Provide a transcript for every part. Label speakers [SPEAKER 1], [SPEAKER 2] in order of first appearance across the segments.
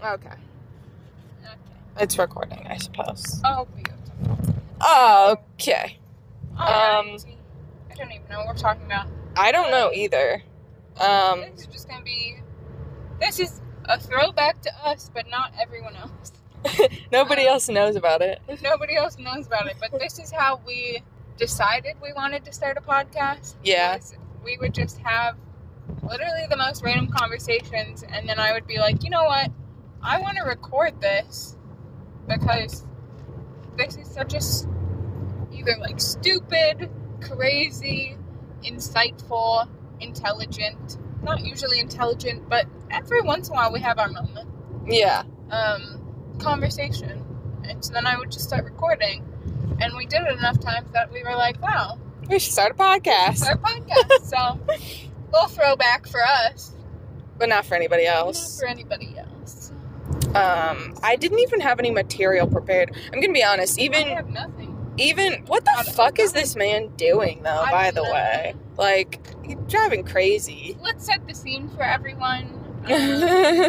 [SPEAKER 1] Okay.
[SPEAKER 2] Okay.
[SPEAKER 1] It's recording, I suppose.
[SPEAKER 2] Oh, we got something.
[SPEAKER 1] Okay.
[SPEAKER 2] Alright, oh, I don't even know what we're talking about.
[SPEAKER 1] I don't know either. Um,
[SPEAKER 2] this is just gonna be. This is a throwback to us, but not everyone else. Uh,
[SPEAKER 1] nobody else knows about it.
[SPEAKER 2] Nobody else knows about it, but this is how we decided we wanted to start a podcast.
[SPEAKER 1] Yeah.
[SPEAKER 2] was We would just have literally the most random conversations, and then I would be like, you know what? I want to record this because this is such a s- either like stupid, crazy, insightful, intelligent. Not usually intelligent, but every once in a while we have our moment
[SPEAKER 1] Yeah.
[SPEAKER 2] um, conversation. And so then I would just start recording. And we did it enough times that we were like, wow,
[SPEAKER 1] We should start a
[SPEAKER 2] it's
[SPEAKER 1] podcast,
[SPEAKER 2] our podcast. so, little throwback for us,
[SPEAKER 1] but not for anybody
[SPEAKER 2] not
[SPEAKER 1] else.
[SPEAKER 2] for anybody else.
[SPEAKER 1] Um, I didn't even have any material prepared. I'm gonna be honest.
[SPEAKER 2] I
[SPEAKER 1] Even,
[SPEAKER 2] have nothing.
[SPEAKER 1] even, what the fuck is this man doing though?
[SPEAKER 2] I
[SPEAKER 1] By
[SPEAKER 2] don't
[SPEAKER 1] the
[SPEAKER 2] know.
[SPEAKER 1] way, like, he's driving crazy.
[SPEAKER 2] Let's set the scene for everyone. Um,
[SPEAKER 1] yeah.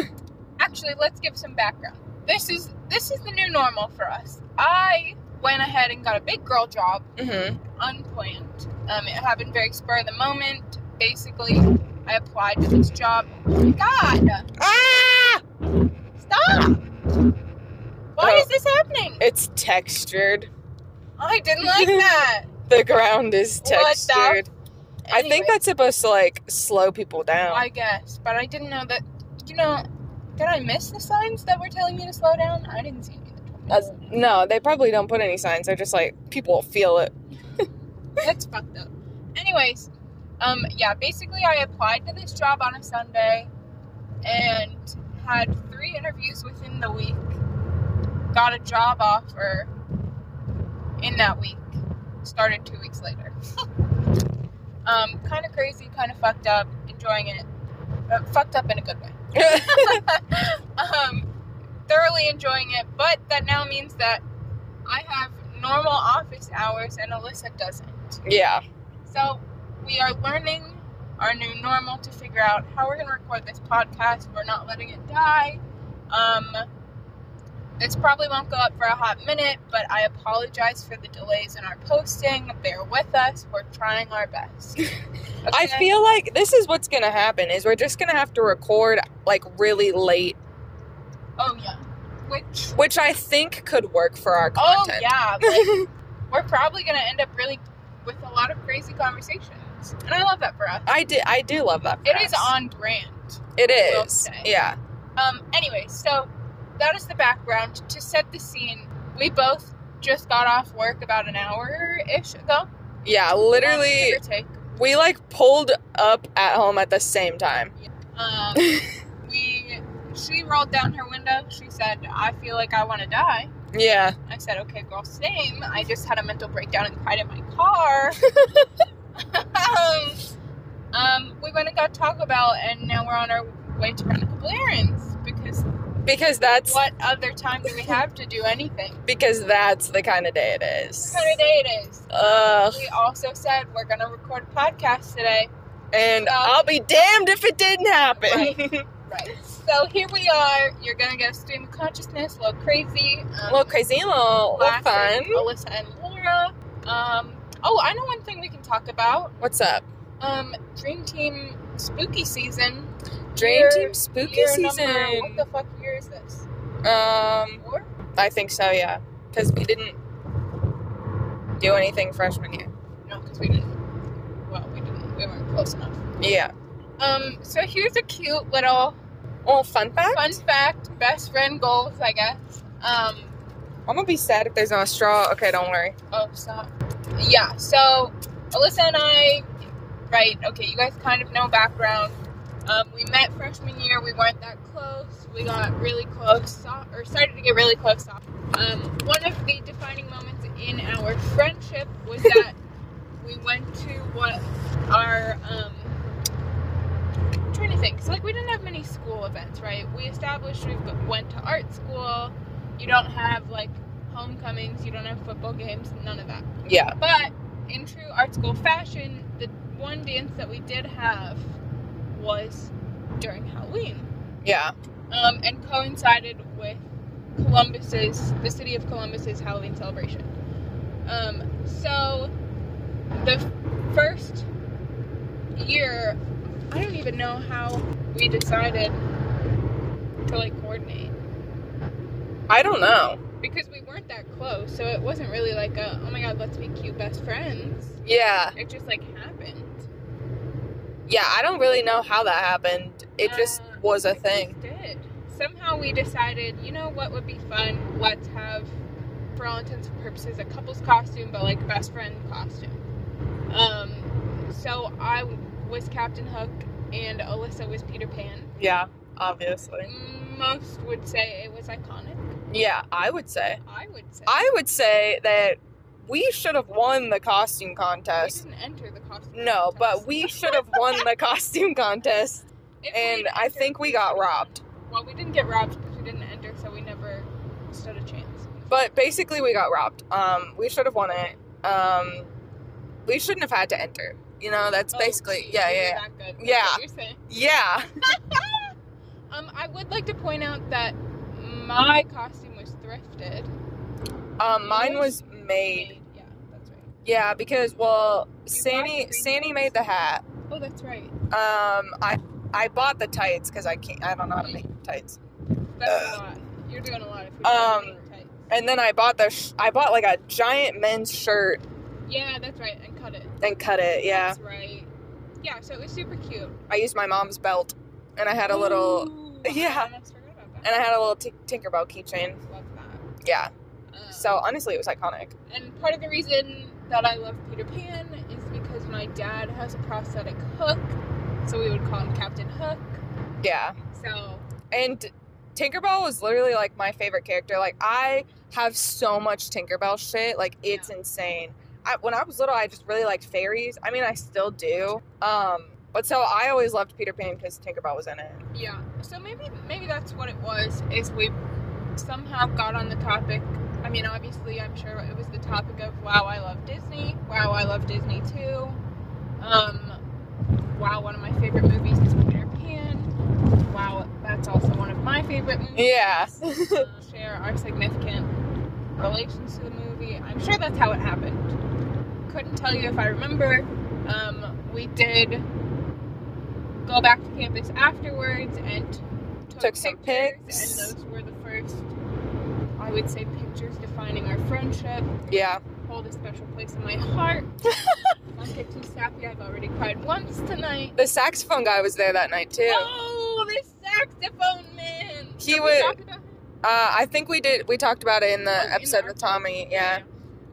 [SPEAKER 2] actually, let's give some background. This is this is the new normal for us. I went ahead and got a big girl job
[SPEAKER 1] hmm
[SPEAKER 2] unplanned. Um, it happened very spur of the moment. Basically, I applied to this job. Oh my God,
[SPEAKER 1] Ah!
[SPEAKER 2] stop! Why
[SPEAKER 1] Oh.
[SPEAKER 2] is this happening?
[SPEAKER 1] It's textured.
[SPEAKER 2] I didn't like that.
[SPEAKER 1] The ground is
[SPEAKER 2] What the-
[SPEAKER 1] textured. I
[SPEAKER 2] Anyway,
[SPEAKER 1] think that's supposed to like slow people down.
[SPEAKER 2] I guess, but I didn't know that. You know, did I miss the signs that were telling me to slow down? I didn't see any.
[SPEAKER 1] Uh,
[SPEAKER 2] That told me
[SPEAKER 1] no, they probably don't put any signs. They're just like people will feel it.
[SPEAKER 2] to. That's fucked up. Anyways, um, yeah, basically, I applied to this job on a Sunday and had three interviews within the week. Got a job offer in that week. Started two weeks later. um, kind of crazy, kind of fucked up. Enjoying it, but fucked up in a good way. um, thoroughly enjoying it, but that now means that I have normal office hours and Alyssa doesn't.
[SPEAKER 1] yeah,
[SPEAKER 2] So we are learning our new normal to figure out how we're going to record this podcast. We're not letting it die. Um, this probably won't go up for a hot minute, but I apologize for the delays in our posting. Bear with us. We're trying our best.
[SPEAKER 1] I
[SPEAKER 2] Okay?
[SPEAKER 1] feel like this is what's gonna happen. Is we're just gonna have to record like really late,
[SPEAKER 2] Oh, yeah. Which.
[SPEAKER 1] which I think could work for our
[SPEAKER 2] Oh,
[SPEAKER 1] content.
[SPEAKER 2] yeah. Like, we're probably going to end up really with a lot of crazy conversations. And I love that for us.
[SPEAKER 1] I do. I do love that. for
[SPEAKER 2] It is
[SPEAKER 1] us.
[SPEAKER 2] on brand.
[SPEAKER 1] It
[SPEAKER 2] I will
[SPEAKER 1] is.
[SPEAKER 2] say.
[SPEAKER 1] Yeah.
[SPEAKER 2] Um, anyway, so that is the background. To set the scene, we both just got off work about an hour ish ago. Um,
[SPEAKER 1] Yeah. Literally,
[SPEAKER 2] Give or take.
[SPEAKER 1] we like pulled up at home at the same time.
[SPEAKER 2] Um, we, she rolled down her window. She said, I feel like I want to die.
[SPEAKER 1] Yeah.
[SPEAKER 2] I said, okay, girl, same. I just had a mental breakdown and cried in my car. um, um, we went and got Taco Bell, and now we're on our way to run a couple errands because
[SPEAKER 1] Because that's
[SPEAKER 2] what other time do we have to do anything?
[SPEAKER 1] because that's the kind of day it
[SPEAKER 2] What
[SPEAKER 1] is.
[SPEAKER 2] kind of day it is.
[SPEAKER 1] Ugh.
[SPEAKER 2] We also said we're going to record a podcast today.
[SPEAKER 1] And
[SPEAKER 2] Well-
[SPEAKER 1] I'll be damned if it didn't happen.
[SPEAKER 2] Uh, Right. Right. So here we are. You're going to get a stream of consciousness, a little crazy. Um,
[SPEAKER 1] little crazy, little, little
[SPEAKER 2] classic
[SPEAKER 1] fun.
[SPEAKER 2] Alyssa and Laura. Um, oh, I know one thing we can talk about.
[SPEAKER 1] What's up?
[SPEAKER 2] Um, Dream Team Spooky Season.
[SPEAKER 1] Dream
[SPEAKER 2] Year-
[SPEAKER 1] Team Spooky
[SPEAKER 2] year
[SPEAKER 1] Season.
[SPEAKER 2] Number, what the fuck year is this?
[SPEAKER 1] Um,
[SPEAKER 2] Four?
[SPEAKER 1] I think so, yeah. Because we didn't do anything freshman year.
[SPEAKER 2] No, because we didn't. Well, we didn't. We weren't close enough.
[SPEAKER 1] Yeah.
[SPEAKER 2] Um, so here's a cute little
[SPEAKER 1] Well, fun fact.
[SPEAKER 2] fun fact: best friend goals, I guess. Um,
[SPEAKER 1] I'm gonna be sad if there's not a straw. Okay, don't worry.
[SPEAKER 2] oh, stop. Yeah. So Alyssa and I, right? Okay, you guys kind of know background. Um, we met freshman year. We weren't that close. We got really close, so- or started to get really close. so- Um, one of the defining moments in our friendship was that we went to what our um, I'm trying to think. 'cause, like we didn't have many school events, right? We established we went to art school. You don't have like homecomings. You don't have football games. None of that.
[SPEAKER 1] Yeah.
[SPEAKER 2] But in true art school fashion, the one dance that we did have was during Halloween.
[SPEAKER 1] Yeah.
[SPEAKER 2] um, and coincided with Columbus's, the city of Columbus's Halloween celebration. Um, so the f- first year, I don't even know how we decided to like coordinate
[SPEAKER 1] I don't know.
[SPEAKER 2] because we weren't that close, so it wasn't really like a oh my god, let's be cute best friends.
[SPEAKER 1] Yeah.
[SPEAKER 2] It just like happened.
[SPEAKER 1] Yeah, I don't really know how that happened. It just
[SPEAKER 2] Uh,
[SPEAKER 1] was a
[SPEAKER 2] it
[SPEAKER 1] thing.
[SPEAKER 2] just did. Somehow we decided, you know what would be fun? Let's have, for all intents and purposes, a couple's costume, but like best friend costume. Um, so I was Captain Hook and Alyssa was Peter Pan.
[SPEAKER 1] Yeah, obviously.
[SPEAKER 2] Most would say it was iconic.
[SPEAKER 1] Yeah, I would say.
[SPEAKER 2] I would say.
[SPEAKER 1] I would say that we should have won the costume
[SPEAKER 2] we
[SPEAKER 1] contest.
[SPEAKER 2] didn't enter the costume.
[SPEAKER 1] No, but
[SPEAKER 2] contest.
[SPEAKER 1] we should have won the costume contest,
[SPEAKER 2] If we
[SPEAKER 1] and
[SPEAKER 2] had
[SPEAKER 1] I
[SPEAKER 2] entered,
[SPEAKER 1] think we got
[SPEAKER 2] would've won.
[SPEAKER 1] robbed.
[SPEAKER 2] Well, we didn't get robbed because we didn't enter, so we never stood a chance.
[SPEAKER 1] But basically, we got robbed. Um, we should have won it. Um, we shouldn't have had to enter. You know, that's
[SPEAKER 2] Oh,
[SPEAKER 1] basically
[SPEAKER 2] geez,
[SPEAKER 1] yeah,
[SPEAKER 2] we were
[SPEAKER 1] yeah,
[SPEAKER 2] that good. That's
[SPEAKER 1] Yeah.
[SPEAKER 2] what you're saying.
[SPEAKER 1] yeah.
[SPEAKER 2] Um, I would like to point out that my costume was thrifted.
[SPEAKER 1] Um, mine
[SPEAKER 2] Yours?
[SPEAKER 1] was made.
[SPEAKER 2] Yeah, that's right.
[SPEAKER 1] Yeah, because well,
[SPEAKER 2] got
[SPEAKER 1] Sandy
[SPEAKER 2] three
[SPEAKER 1] Sandy
[SPEAKER 2] tickets.
[SPEAKER 1] made the hat.
[SPEAKER 2] Oh, that's right.
[SPEAKER 1] Um, I I bought the tights because I can't. I don't know how to make tights.
[SPEAKER 2] That's
[SPEAKER 1] Uh,
[SPEAKER 2] a lot. You're doing a lot if you're
[SPEAKER 1] um,
[SPEAKER 2] wearing tights.
[SPEAKER 1] And then I bought the sh- I bought like a giant men's shirt
[SPEAKER 2] Yeah, that's right. And cut it.
[SPEAKER 1] and cut it. Yeah,
[SPEAKER 2] That's right. Yeah, so it was super cute.
[SPEAKER 1] I used my mom's belt, and I had a little
[SPEAKER 2] Ooh,
[SPEAKER 1] yeah.
[SPEAKER 2] I almost forgot about
[SPEAKER 1] and I
[SPEAKER 2] that.
[SPEAKER 1] had a little t- Tinkerbell keychain.
[SPEAKER 2] love that.
[SPEAKER 1] Yeah.
[SPEAKER 2] Um,
[SPEAKER 1] So honestly, it was iconic.
[SPEAKER 2] and part of the reason that I love Peter Pan is because my dad has a prosthetic hook, so we would call him Captain Hook.
[SPEAKER 1] Yeah.
[SPEAKER 2] So
[SPEAKER 1] And Tinkerbell was literally like my favorite character. Like I have so much Tinkerbell shit. Like it's insane. I, when I was little, I just really liked fairies. I mean, I still do. Um, but so I always loved Peter Pan because Tinkerbell was in it.
[SPEAKER 2] Yeah. So maybe maybe that's what it was. Is we somehow got on the topic. I mean, obviously, I'm sure it was the topic of wow, I love Disney. Wow, I love Disney too. Um, wow, one of my favorite movies is Peter Pan. Wow, that's also one of my favorite movies.
[SPEAKER 1] Yeah.
[SPEAKER 2] Uh, share our significant relations to the movie. I'm sure that's how it happened. Couldn't tell you if I remember. Um, we did go back to campus afterwards and t- took,
[SPEAKER 1] Took some
[SPEAKER 2] pictures,
[SPEAKER 1] pics.
[SPEAKER 2] And those were the first, I would say, pictures defining our friendship.
[SPEAKER 1] Yeah.
[SPEAKER 2] Hold a special place in my heart. Don't get too sappy. I've already cried once tonight.
[SPEAKER 1] The saxophone guy was there that night too.
[SPEAKER 2] Oh, this saxophone man!
[SPEAKER 1] He
[SPEAKER 2] Did we
[SPEAKER 1] was-
[SPEAKER 2] talk about him?
[SPEAKER 1] Uh, I think we did. We talked about it in the
[SPEAKER 2] Oh, in the
[SPEAKER 1] episode with
[SPEAKER 2] archive.
[SPEAKER 1] Tommy. Yeah.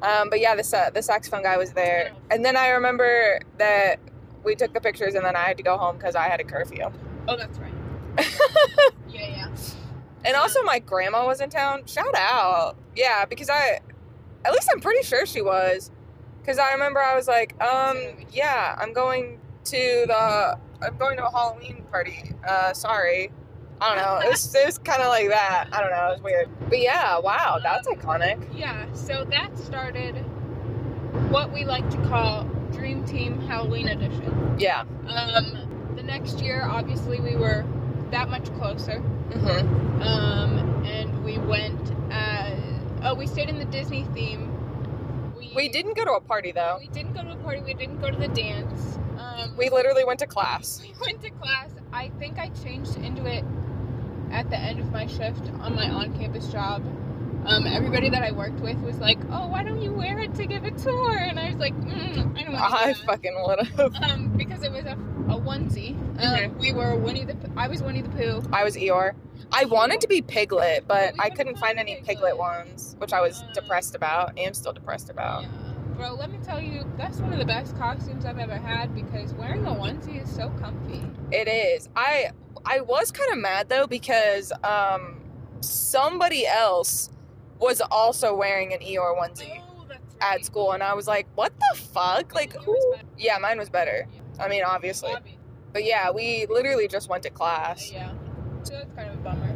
[SPEAKER 1] Um, but yeah, the sa- the saxophone guy was there,
[SPEAKER 2] Yeah.
[SPEAKER 1] and then I remember that we took the pictures, and then I had to go home because I had a curfew.
[SPEAKER 2] Oh, that's right. yeah, yeah.
[SPEAKER 1] And also, my grandma was in town. Shout out, yeah, because I, at least I'm pretty sure she was, because I remember I was like, um, yeah, I'm going to the, I'm going to a Halloween party. Uh, sorry, I don't know. It was it was kind of like that. I don't know. It was weird. But yeah, wow, that's iconic.
[SPEAKER 2] Yeah, so that started what we like to call Dream Team Halloween Edition.
[SPEAKER 1] Yeah.
[SPEAKER 2] Um, the next year, obviously, we were that much closer.
[SPEAKER 1] hmm
[SPEAKER 2] Um, and we went, uh, oh, we stayed in the Disney theme.
[SPEAKER 1] We didn't go to a party though.
[SPEAKER 2] We didn't go to a party, we didn't go to the dance. Um,
[SPEAKER 1] We literally went to class.
[SPEAKER 2] we went to class. I think I changed into it at the end of my shift on my on-campus job. Um, everybody that I worked with was like, "Oh, why don't you wear it to give a tour?" And I was like, mm, "I don't want to."
[SPEAKER 1] I fucking would have.
[SPEAKER 2] um, because it was a, a onesie. Um,
[SPEAKER 1] Mhm.
[SPEAKER 2] We were Winnie the. P- I was Winnie the Pooh.
[SPEAKER 1] I was Eeyore. I wanted to be Piglet, but
[SPEAKER 2] We
[SPEAKER 1] I
[SPEAKER 2] couldn't
[SPEAKER 1] couldn't
[SPEAKER 2] find
[SPEAKER 1] find any
[SPEAKER 2] Piglet.
[SPEAKER 1] Piglet ones, which I was
[SPEAKER 2] Um,
[SPEAKER 1] depressed about. Am still depressed about.
[SPEAKER 2] Yeah. Bro, let me tell you, that's one of the best costumes I've ever had because wearing a onesie is so comfy.
[SPEAKER 1] It is. I I was kind of mad though because um somebody else was also wearing an Eeyore onesie
[SPEAKER 2] Oh, that's right.
[SPEAKER 1] at school, and I was like, what the fuck? Like,
[SPEAKER 2] Yours
[SPEAKER 1] who-
[SPEAKER 2] better.
[SPEAKER 1] yeah, mine was better. I mean, obviously,
[SPEAKER 2] Bobby.
[SPEAKER 1] but yeah, we literally just went to class.
[SPEAKER 2] Yeah. So that's kind of a bummer,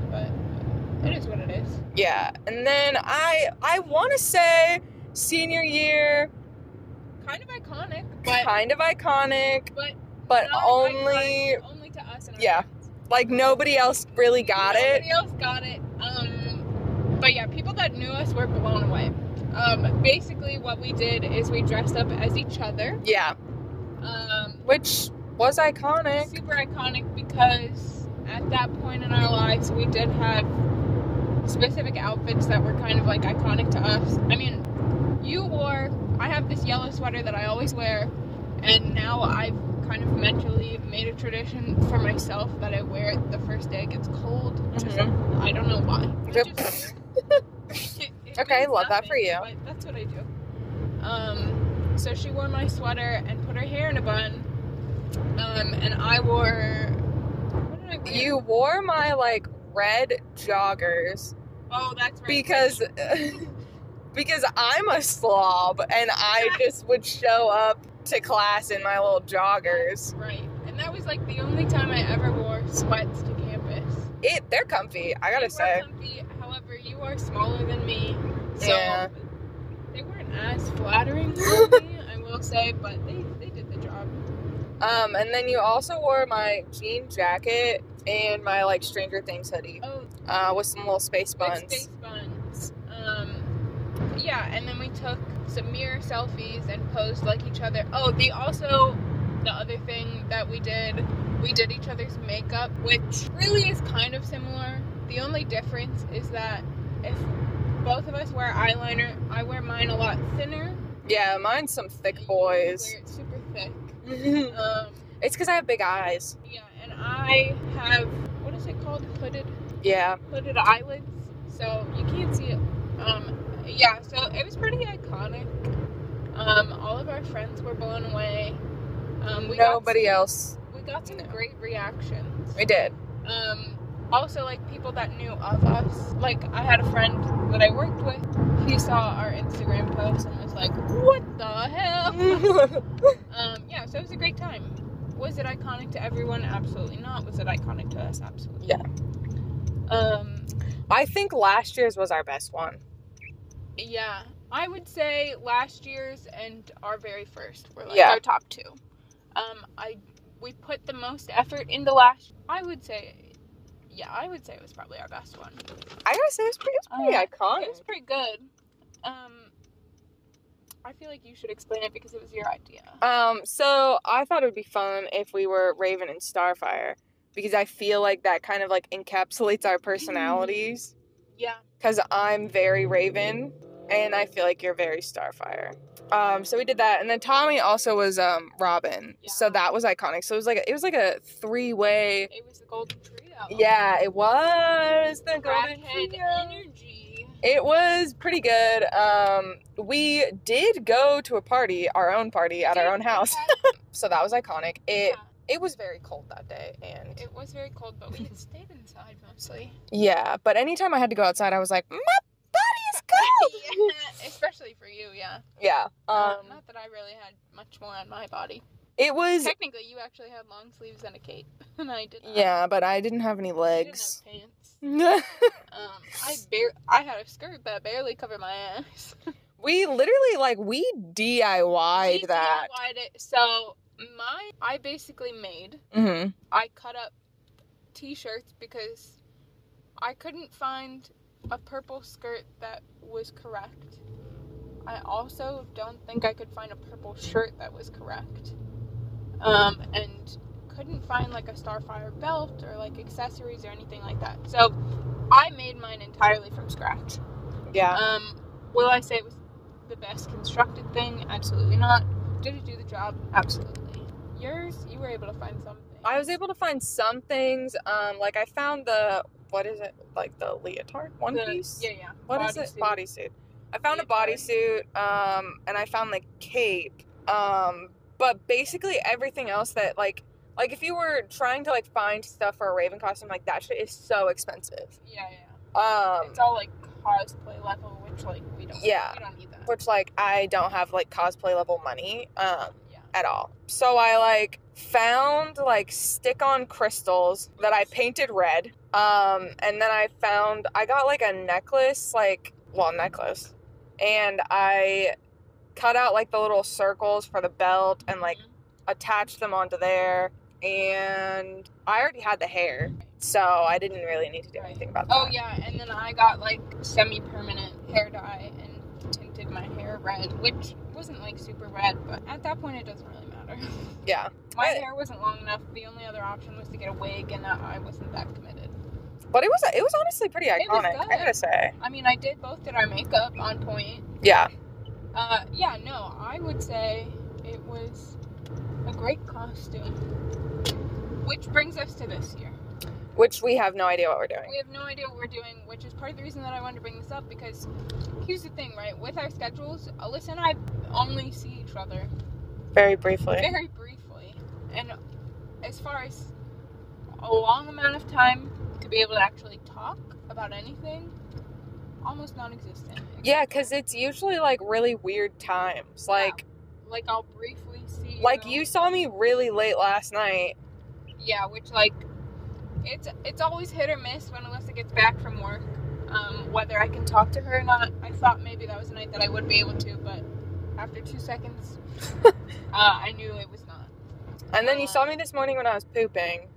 [SPEAKER 2] but it is what it is.
[SPEAKER 1] Yeah, and then I I want to say senior year,
[SPEAKER 2] Kind of iconic, but
[SPEAKER 1] kind of iconic,
[SPEAKER 2] but
[SPEAKER 1] but
[SPEAKER 2] not
[SPEAKER 1] only
[SPEAKER 2] iconic, only to us and our
[SPEAKER 1] Yeah.
[SPEAKER 2] friends.
[SPEAKER 1] Like nobody else really got it.
[SPEAKER 2] Nobody else got it. Um, but yeah, people that knew us were blown away. Um, basically, what we did is we dressed up as each other.
[SPEAKER 1] Yeah,
[SPEAKER 2] Um,
[SPEAKER 1] which was iconic.
[SPEAKER 2] super iconic because at that point in our lives, we did have specific outfits that were kind of like iconic to us. I mean, you wore. I have this yellow sweater that I always wear, and now I've kind of mentally made a tradition for myself that I wear it the first day it gets cold.
[SPEAKER 1] Mhm.
[SPEAKER 2] I don't know why.
[SPEAKER 1] Yep.
[SPEAKER 2] It just- it- it
[SPEAKER 1] Okay,
[SPEAKER 2] means
[SPEAKER 1] love that for
[SPEAKER 2] nothing,
[SPEAKER 1] you.
[SPEAKER 2] but that's what I do. Um, so she wore my sweater and put her hair in a bun. Um, and I wore. What did I wear?
[SPEAKER 1] You wore my like red joggers
[SPEAKER 2] Oh, that's right.
[SPEAKER 1] because because I'm a slob and I just would show up to class in my little joggers.
[SPEAKER 2] Right. And that was like the only time I ever wore sweats to campus.
[SPEAKER 1] It they're comfy. I
[SPEAKER 2] They
[SPEAKER 1] gotta
[SPEAKER 2] were
[SPEAKER 1] say.
[SPEAKER 2] comfy, however, you are smaller than me, so
[SPEAKER 1] Yeah.
[SPEAKER 2] they weren't as flattering for me, I will say, but they, they did the job.
[SPEAKER 1] Um, and then you also wore my jean jacket and my like Stranger Things hoodie
[SPEAKER 2] Oh,
[SPEAKER 1] uh, with some little space buns.
[SPEAKER 2] Big space buns. Um, yeah, and then we took some mirror selfies and posed like each other. Oh, they also the other thing that we did, we did each other's makeup, which really is kind of similar. The only difference is that if both of us wear eyeliner, I wear mine a lot thinner.
[SPEAKER 1] Yeah, mine's some
[SPEAKER 2] and
[SPEAKER 1] thick
[SPEAKER 2] you
[SPEAKER 1] boys.
[SPEAKER 2] Wear it super thick.
[SPEAKER 1] it's
[SPEAKER 2] Um,
[SPEAKER 1] because I have big eyes.
[SPEAKER 2] yeah, and I have what is it called? Hooded
[SPEAKER 1] Yeah,
[SPEAKER 2] hooded eyelids, so you can't see it. Um, yeah, so it was pretty iconic. Um, all of our friends were blown away. Um, we
[SPEAKER 1] nobody else.
[SPEAKER 2] Got, we got some
[SPEAKER 1] No.
[SPEAKER 2] great reactions.
[SPEAKER 1] We did.
[SPEAKER 2] Um, also, like people that knew of us. Like I had a friend that I worked with. He saw our Instagram post and was like, "What the hell?" um, yeah, so it was a great time. Was it iconic to everyone? Absolutely not. Was it iconic to us? Absolutely.
[SPEAKER 1] Yeah.
[SPEAKER 2] Um,
[SPEAKER 1] I think last year's was our best one.
[SPEAKER 2] Yeah, I would say last year's and our very first were like
[SPEAKER 1] Yeah.
[SPEAKER 2] our top two. Um, I we put the most effort into last. I would say, yeah, I would say it was probably our best one.
[SPEAKER 1] I gotta say, it's pretty, it's pretty
[SPEAKER 2] Uh, It was
[SPEAKER 1] iconic.
[SPEAKER 2] pretty good. Um, I feel like you should explain it because it was your idea.
[SPEAKER 1] Um, so I thought it would be fun if we were Raven and Starfire because I feel like that kind of like encapsulates
[SPEAKER 2] Mm.
[SPEAKER 1] our personalities.
[SPEAKER 2] Yeah,
[SPEAKER 1] Because I'm very Raven, and I feel like you're very Starfire. Um, so we did that, and then Tommy also was um Robin, so
[SPEAKER 2] Yeah.
[SPEAKER 1] that was iconic. So it was like a, it was like a three way.
[SPEAKER 2] it was the golden trio.
[SPEAKER 1] Yeah, it was the golden
[SPEAKER 2] Crackhead
[SPEAKER 1] trio.
[SPEAKER 2] energy.
[SPEAKER 1] It was pretty good. Um, we did go to a party, our own party at our own house, so that was iconic. It
[SPEAKER 2] Yeah,
[SPEAKER 1] it was very cold that day, and
[SPEAKER 2] it was very cold, but we had stayed inside mostly.
[SPEAKER 1] yeah. But anytime I had to go outside, I was like, my body is cold.
[SPEAKER 2] yeah, especially for you, yeah.
[SPEAKER 1] yeah. Um,
[SPEAKER 2] Not that I really had much more on my body.
[SPEAKER 1] it was
[SPEAKER 2] Technically, you actually had long sleeves and a cape, and I did. Not.
[SPEAKER 1] yeah, but I didn't have any
[SPEAKER 2] I
[SPEAKER 1] legs.
[SPEAKER 2] Didn't have pants. Um, I
[SPEAKER 1] we
[SPEAKER 2] bar- I had a skirt that barely covered my ass.
[SPEAKER 1] literally like we DIY'd
[SPEAKER 2] We
[SPEAKER 1] that.
[SPEAKER 2] DIY'd it. So my, I basically made.
[SPEAKER 1] Mm-hmm.
[SPEAKER 2] I cut up t-shirts because I couldn't find a purple skirt that was correct. I also don't think I could find a purple shirt that was correct. Um, and couldn't find like a Starfire belt or like accessories or anything like that. So I made mine entirely from scratch.
[SPEAKER 1] Yeah.
[SPEAKER 2] Um, will I say it was the best constructed thing? Absolutely not. Did it do the job? Absolutely. Yours, you were able to find something.
[SPEAKER 1] I was able to find some things. Um, like I found the what is it? Like the leotard one
[SPEAKER 2] The-
[SPEAKER 1] piece.
[SPEAKER 2] Yeah, yeah.
[SPEAKER 1] What is it?
[SPEAKER 2] Bodysuit.
[SPEAKER 1] Bodysuit. I found a
[SPEAKER 2] Leotard.
[SPEAKER 1] bodysuit, um, and I found the cape. Um, but basically everything else that like like if you were trying to like find stuff for a Raven costume, like that shit is so expensive.
[SPEAKER 2] Yeah, yeah.
[SPEAKER 1] Um,
[SPEAKER 2] it's all like cosplay level, which like we don't.
[SPEAKER 1] Yeah.
[SPEAKER 2] We don't need that.
[SPEAKER 1] which like I don't have like cosplay level money um
[SPEAKER 2] yeah.
[SPEAKER 1] at all. So I like found like stick on crystals that I painted red. Um and then I found I got like a necklace, like well necklace. And I cut out like the little circles for the belt and like
[SPEAKER 2] Mhm.
[SPEAKER 1] attached them onto there. and I already had the hair, so I didn't really need to do anything about that.
[SPEAKER 2] Oh yeah, and then I got like semi-permanent hair dye and tinted my hair red, which wasn't like super red, but at that point it doesn't really matter.
[SPEAKER 1] yeah.
[SPEAKER 2] My
[SPEAKER 1] I-
[SPEAKER 2] hair wasn't long enough. The only other option was to get a wig, and uh, I I wasn't that committed.
[SPEAKER 1] But it was it was honestly pretty
[SPEAKER 2] It was
[SPEAKER 1] iconic. I
[SPEAKER 2] good.
[SPEAKER 1] gotta say.
[SPEAKER 2] I mean, I did both did our makeup on point.
[SPEAKER 1] Yeah.
[SPEAKER 2] Uh, yeah, no, I would say it was a great costume. Which brings us to this year.
[SPEAKER 1] Which we have no idea what we're doing.
[SPEAKER 2] We have no idea what we're doing, which is part of the reason that I wanted to bring this up because here's the thing, right? With our schedules, Alyssa and I only see each other
[SPEAKER 1] Very briefly.
[SPEAKER 2] very briefly. And as far as a long amount of time to be able to actually talk about anything, almost non existent.
[SPEAKER 1] Yeah, because it's usually like really weird times. Like
[SPEAKER 2] Like, I'll briefly see.
[SPEAKER 1] like you saw me really late last night.
[SPEAKER 2] Yeah, which like it's it's always hit or miss when Alyssa gets back from work. Um, whether I can talk to her or not. I thought maybe that was a night that I would be able to, but after two seconds, uh, I knew it was not.
[SPEAKER 1] And then you
[SPEAKER 2] Uh,
[SPEAKER 1] saw me this morning when I was pooping.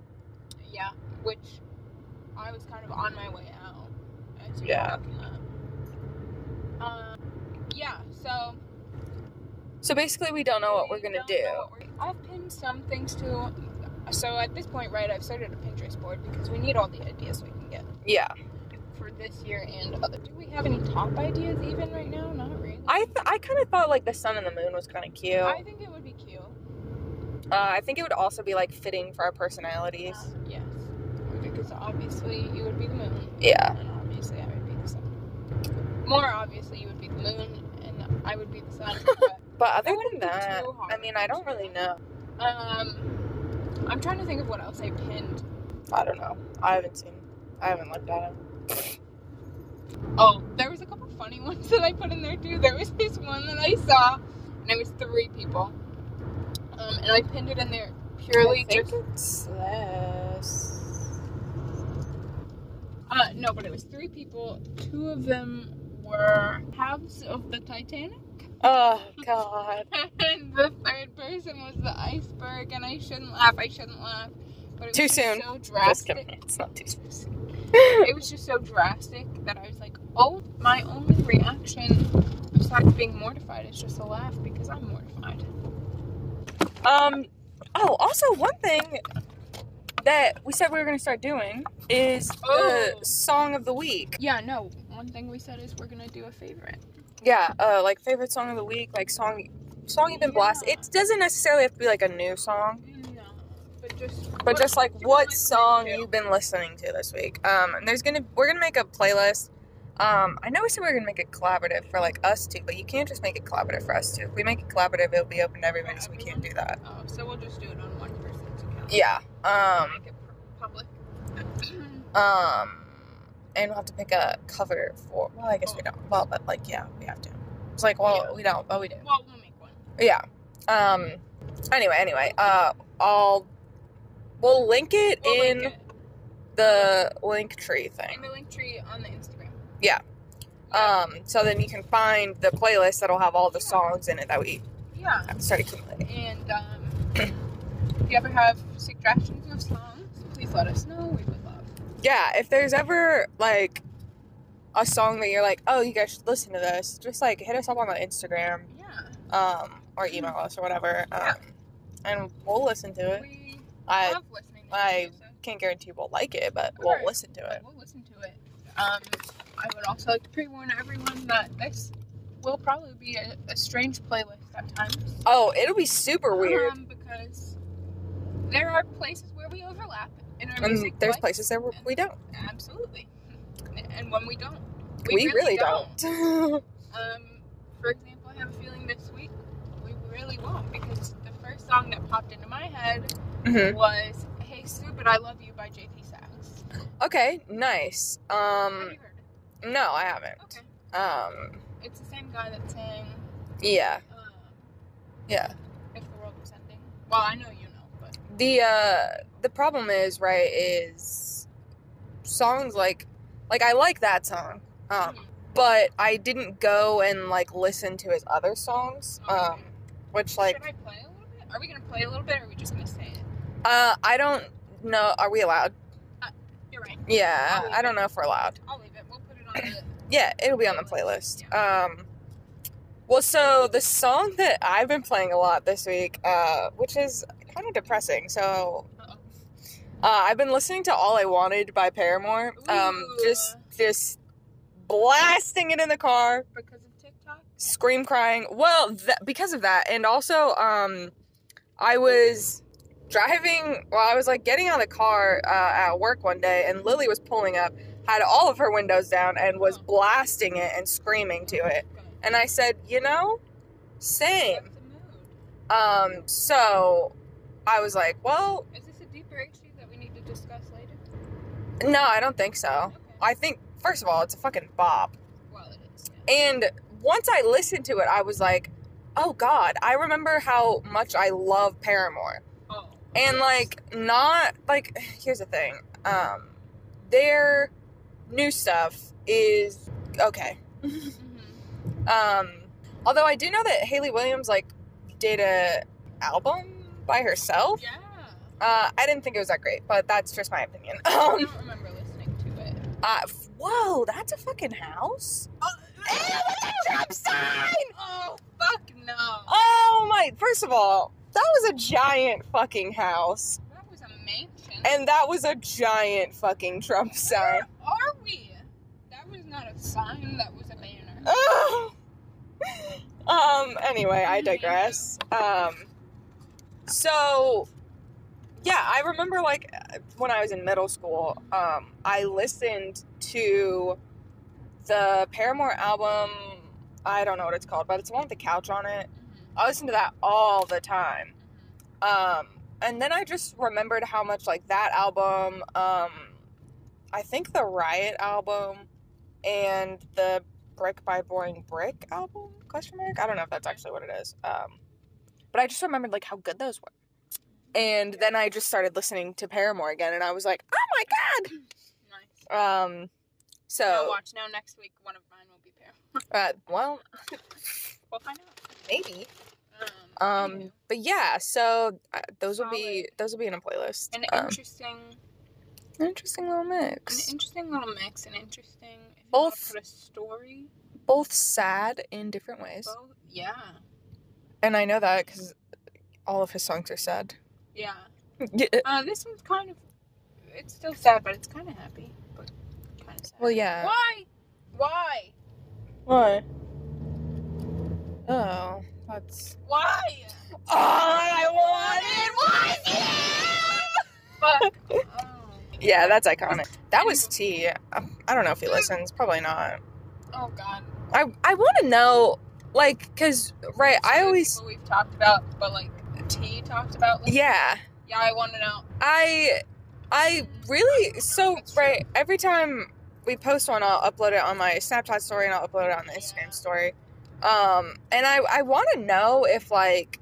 [SPEAKER 2] Yeah, which I was kind of on my way out as you
[SPEAKER 1] Yeah.
[SPEAKER 2] were talking that. Um, yeah, so
[SPEAKER 1] So basically we don't know what
[SPEAKER 2] we
[SPEAKER 1] we're gonna
[SPEAKER 2] don't
[SPEAKER 1] do.
[SPEAKER 2] know what we're- I've pinned some things to. So at this point, right, I've started a Pinterest board because we need all the ideas we can get.
[SPEAKER 1] Yeah.
[SPEAKER 2] for this year and other. Do we have any top ideas even right now? Not really.
[SPEAKER 1] I th- I kind of thought like the sun and the moon was kind of cute.
[SPEAKER 2] I think it would be cute.
[SPEAKER 1] Uh, I think it would also be like fitting for our personalities.
[SPEAKER 2] Yes. Because obviously you would be the moon.
[SPEAKER 1] Yeah.
[SPEAKER 2] And obviously I would be the sun. More obviously you would be the moon and I would be the sun. but,
[SPEAKER 1] But other than
[SPEAKER 2] wouldn't be
[SPEAKER 1] that,
[SPEAKER 2] too hard.
[SPEAKER 1] I mean, I don't really know.
[SPEAKER 2] um, I'm trying to think of what else I pinned.
[SPEAKER 1] I don't know. I haven't seen. I haven't looked at it.
[SPEAKER 2] Oh, there was a couple funny ones that I put in there too. There was this one that I saw, and it was three people, um, and I pinned it in there purely
[SPEAKER 1] I think
[SPEAKER 2] just
[SPEAKER 1] it's this.
[SPEAKER 2] Uh, no, but it was three people. Two of them were halves of the Titanic,
[SPEAKER 1] Oh God.
[SPEAKER 2] and the third person was the iceberg. And I shouldn't laugh. I shouldn't laugh. But it was
[SPEAKER 1] Too
[SPEAKER 2] just
[SPEAKER 1] soon.
[SPEAKER 2] So
[SPEAKER 1] Just
[SPEAKER 2] drastic.
[SPEAKER 1] kidding. It's not too spicy.
[SPEAKER 2] It was just so drastic that I was like, "Oh, my only reaction besides being mortified is just a laugh because I'm mortified."
[SPEAKER 1] um. Oh, also one thing that we said we were gonna start doing is
[SPEAKER 2] Oh.
[SPEAKER 1] the song of the week.
[SPEAKER 2] Yeah. No. One thing we said is we're gonna do a favorite.
[SPEAKER 1] Yeah. Uh, like favorite song of the week. Like song. Song you've been blasted.
[SPEAKER 2] Yeah.
[SPEAKER 1] It doesn't necessarily have to be like a new song.
[SPEAKER 2] No. But just.
[SPEAKER 1] but just like what song
[SPEAKER 2] you
[SPEAKER 1] you've been listening to this week. Um, and there's gonna we're gonna make a playlist. Um, I know we said we are gonna make it collaborative for like us two, but you can't just make it collaborative for us two. If we make it collaborative, it'll be open to everybody, so we can't do that.
[SPEAKER 2] Oh, so we'll just do it on one person's account.
[SPEAKER 1] Yeah. Um.
[SPEAKER 2] Make it pu- public.
[SPEAKER 1] Um. And we'll have to pick a cover for. Well, I guess we don't. Well, but like yeah, we have to. It's like well,
[SPEAKER 2] Yeah.
[SPEAKER 1] we don't, but we do.
[SPEAKER 2] well, we'll make one.
[SPEAKER 1] Yeah. Um. Anyway, anyway. Uh. I'll. We'll link it
[SPEAKER 2] We'll
[SPEAKER 1] in
[SPEAKER 2] link it
[SPEAKER 1] the link tree thing.
[SPEAKER 2] in the link tree on the Instagram.
[SPEAKER 1] Yeah. Um, so then you can find the playlist that'll have all the
[SPEAKER 2] Yeah.
[SPEAKER 1] songs in it that we
[SPEAKER 2] yeah.
[SPEAKER 1] start accumulating.
[SPEAKER 2] And um, if you ever have suggestions of songs, please let us know. We would love.
[SPEAKER 1] Yeah, if there's ever like a song that you're like, oh, you guys should listen to this, just like hit us up on the Instagram
[SPEAKER 2] Yeah.
[SPEAKER 1] um, or email us or whatever, um, and we'll listen to it.
[SPEAKER 2] We
[SPEAKER 1] Uh, I
[SPEAKER 2] love listening. To
[SPEAKER 1] I-
[SPEAKER 2] you, so
[SPEAKER 1] can't guarantee we'll like it, but
[SPEAKER 2] Right.
[SPEAKER 1] we'll listen to it.
[SPEAKER 2] We'll listen to it. Um, I would also like to pre-warn everyone that this will probably be a, a strange playlist at times.
[SPEAKER 1] Oh, it'll be super weird.
[SPEAKER 2] Um, because there are places where we overlap in our
[SPEAKER 1] And
[SPEAKER 2] music.
[SPEAKER 1] Um, there's
[SPEAKER 2] likes.
[SPEAKER 1] places that we- we don't.
[SPEAKER 2] Absolutely. And when we don't,
[SPEAKER 1] We, really, don't.
[SPEAKER 2] Um, for example, I have a feeling this week we really won't because the first song that popped into my head
[SPEAKER 1] Mhm.
[SPEAKER 2] was "Hey Stupid, I Love You" by J.P. Sacks.
[SPEAKER 1] Okay, nice.
[SPEAKER 2] have
[SPEAKER 1] Um,
[SPEAKER 2] you heard it?
[SPEAKER 1] no, I haven't.
[SPEAKER 2] Okay.
[SPEAKER 1] Um,
[SPEAKER 2] It's the same guy that sang
[SPEAKER 1] yeah,
[SPEAKER 2] um,
[SPEAKER 1] yeah.
[SPEAKER 2] "If the World Was Ending." Well, I know you know, but
[SPEAKER 1] the uh the problem is right is songs like like I like that song um
[SPEAKER 2] hmm,
[SPEAKER 1] but I didn't go and like listen to his other songs um which like
[SPEAKER 2] should I play a little bit? Are we gonna play a little bit, or are we just gonna say it?
[SPEAKER 1] Uh, I don't know. Are we allowed?
[SPEAKER 2] You're right.
[SPEAKER 1] Yeah,
[SPEAKER 2] Probably.
[SPEAKER 1] I don't know if we're allowed.
[SPEAKER 2] I'll leave it. We'll put it on the.
[SPEAKER 1] Yeah, it'll be on the playlist. Um, well, so the song that I've been playing a lot this week, uh, which is kind of depressing. So
[SPEAKER 2] Uh-oh.
[SPEAKER 1] uh, I've been listening to "All I Wanted" by Paramore. Um,
[SPEAKER 2] Ooh.
[SPEAKER 1] just just blasting it in the car,
[SPEAKER 2] Because of TikTok?
[SPEAKER 1] scream crying. Well, th- because of that, and also um, I was driving. Well, I was like getting out of the car uh, at work one day, and Lily was pulling up, had all of her windows down, and was blasting it and screaming to it. And I said, you know,
[SPEAKER 2] What's
[SPEAKER 1] same.
[SPEAKER 2] the mood?
[SPEAKER 1] Um, so I was like, well,
[SPEAKER 2] Is this a deeper issue that we need to discuss later?
[SPEAKER 1] no, I don't think so.
[SPEAKER 2] Okay.
[SPEAKER 1] Oh. I think, first of all, it's a fucking bop.
[SPEAKER 2] well, it is. yeah.
[SPEAKER 1] And once I listened to it, I was like, oh God, I remember how much I love Paramore.
[SPEAKER 2] Oh.
[SPEAKER 1] And like, not like, here's the thing um, their new stuff is okay.
[SPEAKER 2] Mhm.
[SPEAKER 1] Um, although I do know that Haley Williams like did a album by herself.
[SPEAKER 2] Yeah.
[SPEAKER 1] Uh, I didn't think it was that great, but that's just my opinion.
[SPEAKER 2] I
[SPEAKER 1] Um,
[SPEAKER 2] don't remember listening to it.
[SPEAKER 1] uh, f- whoa, that's a fucking house. Oh, Trump sign!
[SPEAKER 2] Oh, fuck no.
[SPEAKER 1] Oh my! First of all, that was a giant fucking house,
[SPEAKER 2] That was a mansion.
[SPEAKER 1] and that was a giant fucking Trump sign.
[SPEAKER 2] Where are we? That was not a sign, that was a banner.
[SPEAKER 1] Oh. Ugh. um. Anyway, I digress. Um. So, yeah, I remember like when I was in middle school, um, I listened to the Paramore album. I don't know what it's called, but it's the one with the couch on it.
[SPEAKER 2] Mhm,
[SPEAKER 1] I listened to that all the time.
[SPEAKER 2] mhm.
[SPEAKER 1] Um, and then I just remembered how much like that album, um, I think the Riot album, and the Brick by Boring Brick album question mark. I don't know if that's actually what it is. Um, but I just remembered like how good those were. And then I just started listening to Paramore again, and I was like, oh my
[SPEAKER 2] Nice.
[SPEAKER 1] god. Um,
[SPEAKER 2] Now
[SPEAKER 1] so
[SPEAKER 2] watch. Now next week, one of mine will be pair.
[SPEAKER 1] uh, well,
[SPEAKER 2] We'll find out.
[SPEAKER 1] maybe.
[SPEAKER 2] Um,
[SPEAKER 1] Um,
[SPEAKER 2] anywho.
[SPEAKER 1] but yeah, so uh, those will be those will be in a playlist.
[SPEAKER 2] an
[SPEAKER 1] Um,
[SPEAKER 2] interesting,
[SPEAKER 1] An interesting little
[SPEAKER 2] an
[SPEAKER 1] mix.
[SPEAKER 2] interesting little mix. An interesting. If you wanna
[SPEAKER 1] Both-
[SPEAKER 2] put a story.
[SPEAKER 1] Both sad in different ways.
[SPEAKER 2] Both. Yeah.
[SPEAKER 1] And I know that because all of his songs are sad.
[SPEAKER 2] Yeah.
[SPEAKER 1] Yeah,
[SPEAKER 2] Uh, this one's kind of. It's still sad, but it's kind of happy. But kind of sad.
[SPEAKER 1] well, yeah.
[SPEAKER 2] Why? Why?
[SPEAKER 1] Why? Oh, that's.
[SPEAKER 2] Why?
[SPEAKER 1] All I wanted
[SPEAKER 2] Fuck. oh.
[SPEAKER 1] Yeah, that's iconic. That was T. Um, I don't know if he listens. Probably not.
[SPEAKER 2] Oh God.
[SPEAKER 1] I, I want to know, like, because, right,
[SPEAKER 2] Some of
[SPEAKER 1] I
[SPEAKER 2] the
[SPEAKER 1] always.
[SPEAKER 2] people we've talked about, but like T talked about. like-
[SPEAKER 1] Yeah.
[SPEAKER 2] Yeah, I want to know.
[SPEAKER 1] I I really so
[SPEAKER 2] That's true.
[SPEAKER 1] right every time we post one I'll upload it on my Snapchat story and I'll upload it on the
[SPEAKER 2] Yeah.
[SPEAKER 1] Instagram story. Um and I I want to know if like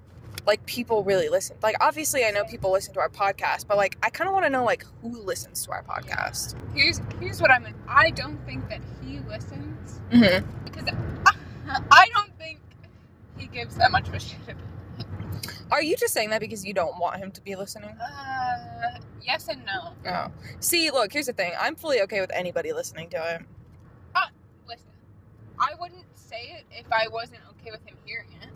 [SPEAKER 1] like people really listen. Like obviously I know people listen to our podcast, but like I kind of want to know like who listens to our podcast.
[SPEAKER 2] Here's here's what I meant. I don't think that he listens
[SPEAKER 1] Mhm.
[SPEAKER 2] because I don't think he gives that much of a shit. About
[SPEAKER 1] Are you just saying that because you don't want him to be listening?
[SPEAKER 2] uh, yes and no.
[SPEAKER 1] No. See, look, here's the thing. I'm fully okay with anybody listening to it.
[SPEAKER 2] Listen, I wouldn't say it if I wasn't okay with him hearing it,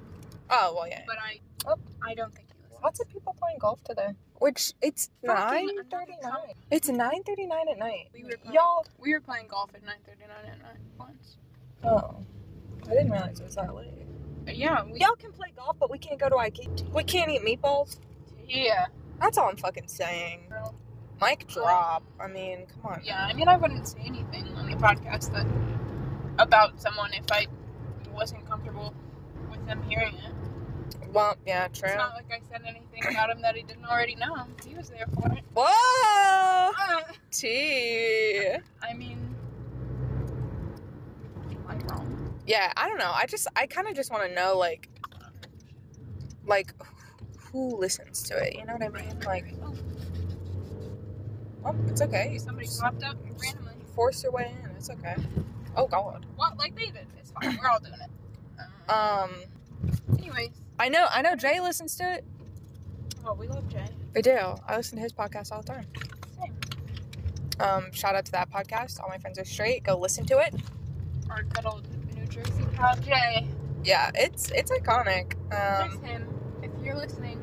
[SPEAKER 1] Oh, well, yeah.
[SPEAKER 2] but I
[SPEAKER 1] Oh.
[SPEAKER 2] I don't think he listens.
[SPEAKER 1] Lots of people playing golf today. Which it's
[SPEAKER 2] Fucking
[SPEAKER 1] nine
[SPEAKER 2] another
[SPEAKER 1] thirty nine.
[SPEAKER 2] comment.
[SPEAKER 1] It's nine thirty nine at night.
[SPEAKER 2] We were playing,
[SPEAKER 1] Y'all.
[SPEAKER 2] we were playing golf at 9:39 at night once.
[SPEAKER 1] Oh, I didn't realize it was that late.
[SPEAKER 2] Uh, yeah, we
[SPEAKER 1] Y'all can play golf, but we can't go to IKEA. We can't eat meatballs.
[SPEAKER 2] yeah.
[SPEAKER 1] That's all I'm fucking saying.
[SPEAKER 2] Girl.
[SPEAKER 1] Mic drop. I mean, come on.
[SPEAKER 2] Yeah, I mean, I wouldn't say anything on the podcast that about someone if I wasn't comfortable with them hearing it.
[SPEAKER 1] Well, yeah, true.
[SPEAKER 2] It's not like I said anything about him that he didn't already know. He was there for it.
[SPEAKER 1] Whoa.
[SPEAKER 2] Uh,
[SPEAKER 1] T.
[SPEAKER 2] I mean, I'm wrong.
[SPEAKER 1] Yeah, I don't know. I just, I kind of just want to know, like, like who listens to it. You know what I mean? Like,
[SPEAKER 2] oh,
[SPEAKER 1] oh, it's okay.
[SPEAKER 2] somebody popped up randomly.
[SPEAKER 1] Force your way in. It's okay. Oh God.
[SPEAKER 2] Well, like they did. It's fine. We're all doing it. Um,
[SPEAKER 1] Um,
[SPEAKER 2] anyways,
[SPEAKER 1] I know. I know. Jay listens to it.
[SPEAKER 2] well, we love Jay.
[SPEAKER 1] They do. I listen to his podcast all the time.
[SPEAKER 2] Same.
[SPEAKER 1] Um, shout out to that podcast. All my friends are straight. Go listen to it.
[SPEAKER 2] Our good old New Jersey pal Jay.
[SPEAKER 1] Yeah, it's it's iconic.
[SPEAKER 2] Miss
[SPEAKER 1] Um,
[SPEAKER 2] him. If you're listening,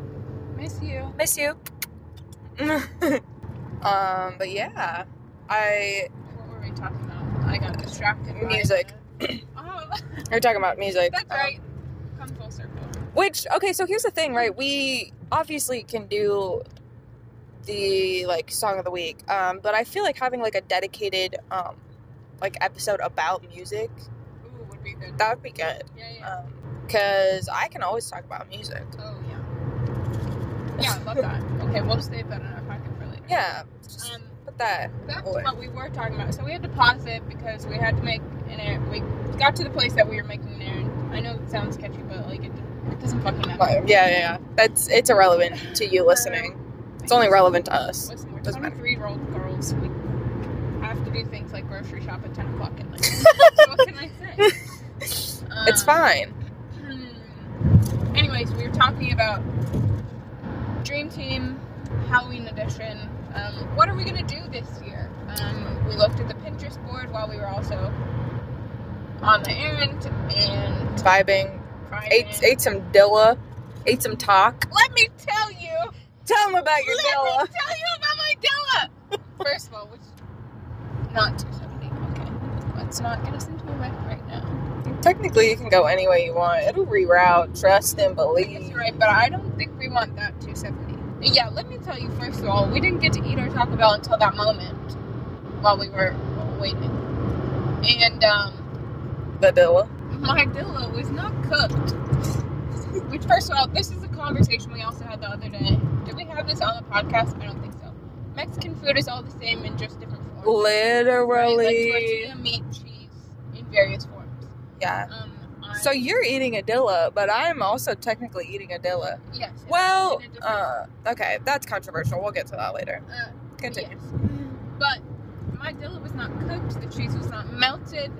[SPEAKER 2] miss you.
[SPEAKER 1] miss you. um, but yeah, I
[SPEAKER 2] What were we talking about? I got distracted. by
[SPEAKER 1] Music.
[SPEAKER 2] the- Oh,
[SPEAKER 1] we're talking about music.
[SPEAKER 2] that's
[SPEAKER 1] um,
[SPEAKER 2] right. Come full circle.
[SPEAKER 1] Which okay, so here's the thing, right? We obviously can do the like song of the week, um, but I feel like having like a dedicated um, like episode about music
[SPEAKER 2] Ooh, would be good.
[SPEAKER 1] that would be good
[SPEAKER 2] Yeah, yeah.
[SPEAKER 1] because Um, I can always talk about music.
[SPEAKER 2] oh, yeah. Yeah, I love that. Okay, we'll save that in our pocket for later.
[SPEAKER 1] Yeah, just
[SPEAKER 2] Um,
[SPEAKER 1] put that.
[SPEAKER 2] back to
[SPEAKER 1] Or-
[SPEAKER 2] what we were talking about. So we had to pause it because we had to make an errand. We got to the place that we were making an errand. I know it sounds catchy, but like it, it doesn't fucking matter.
[SPEAKER 1] Yeah, yeah, yeah. That's it's irrelevant to you listening. It's only relevant to us.
[SPEAKER 2] Listen, we're
[SPEAKER 1] Doesn't matter.
[SPEAKER 2] 23 year old girls. We have to do things like grocery shop at 10 o'clock at night. so what can I say?
[SPEAKER 1] It's
[SPEAKER 2] Um,
[SPEAKER 1] fine.
[SPEAKER 2] hmm. Anyways, we were talking about Dream Team Halloween Edition. Um, what are we gonna do this year? Um, we looked at the Pinterest board while we were also on the errand and
[SPEAKER 1] Vibing.
[SPEAKER 2] trying
[SPEAKER 1] Ate
[SPEAKER 2] to-
[SPEAKER 1] ate some Dilla. Ate some talk.
[SPEAKER 2] Let me tell you.
[SPEAKER 1] Tell them about your
[SPEAKER 2] Let
[SPEAKER 1] Dilla.
[SPEAKER 2] me tell you about my Dilla. First of all, which not 270. Okay, let's not get us into a wreck right now.
[SPEAKER 1] Technically, you can go any way you want. It'll reroute. Trust and
[SPEAKER 2] I guess
[SPEAKER 1] believe.
[SPEAKER 2] you're right, but I don't think we want that 270. Yeah, let me tell you. First of all, we didn't get to eat our Taco Bell until that moment while we were waiting, and um,
[SPEAKER 1] The Dilla.
[SPEAKER 2] my Dilla was not cooked. Which, first of all, this is a conversation we also had the other day. Did we have this on the podcast? I don't think so. Mexican food is all the same in just different forms. Right, like
[SPEAKER 1] Literally.
[SPEAKER 2] tortilla, meat, cheese in various forms.
[SPEAKER 1] Yeah.
[SPEAKER 2] Um, I,
[SPEAKER 1] So you're eating a Dilla, but I'm also technically eating a Dilla.
[SPEAKER 2] yes. it's
[SPEAKER 1] Well,
[SPEAKER 2] in a different-
[SPEAKER 1] uh, okay, that's controversial. We'll get to that later.
[SPEAKER 2] uh,
[SPEAKER 1] Continue.
[SPEAKER 2] yes. But my dilla was not cooked. The cheese was not melted.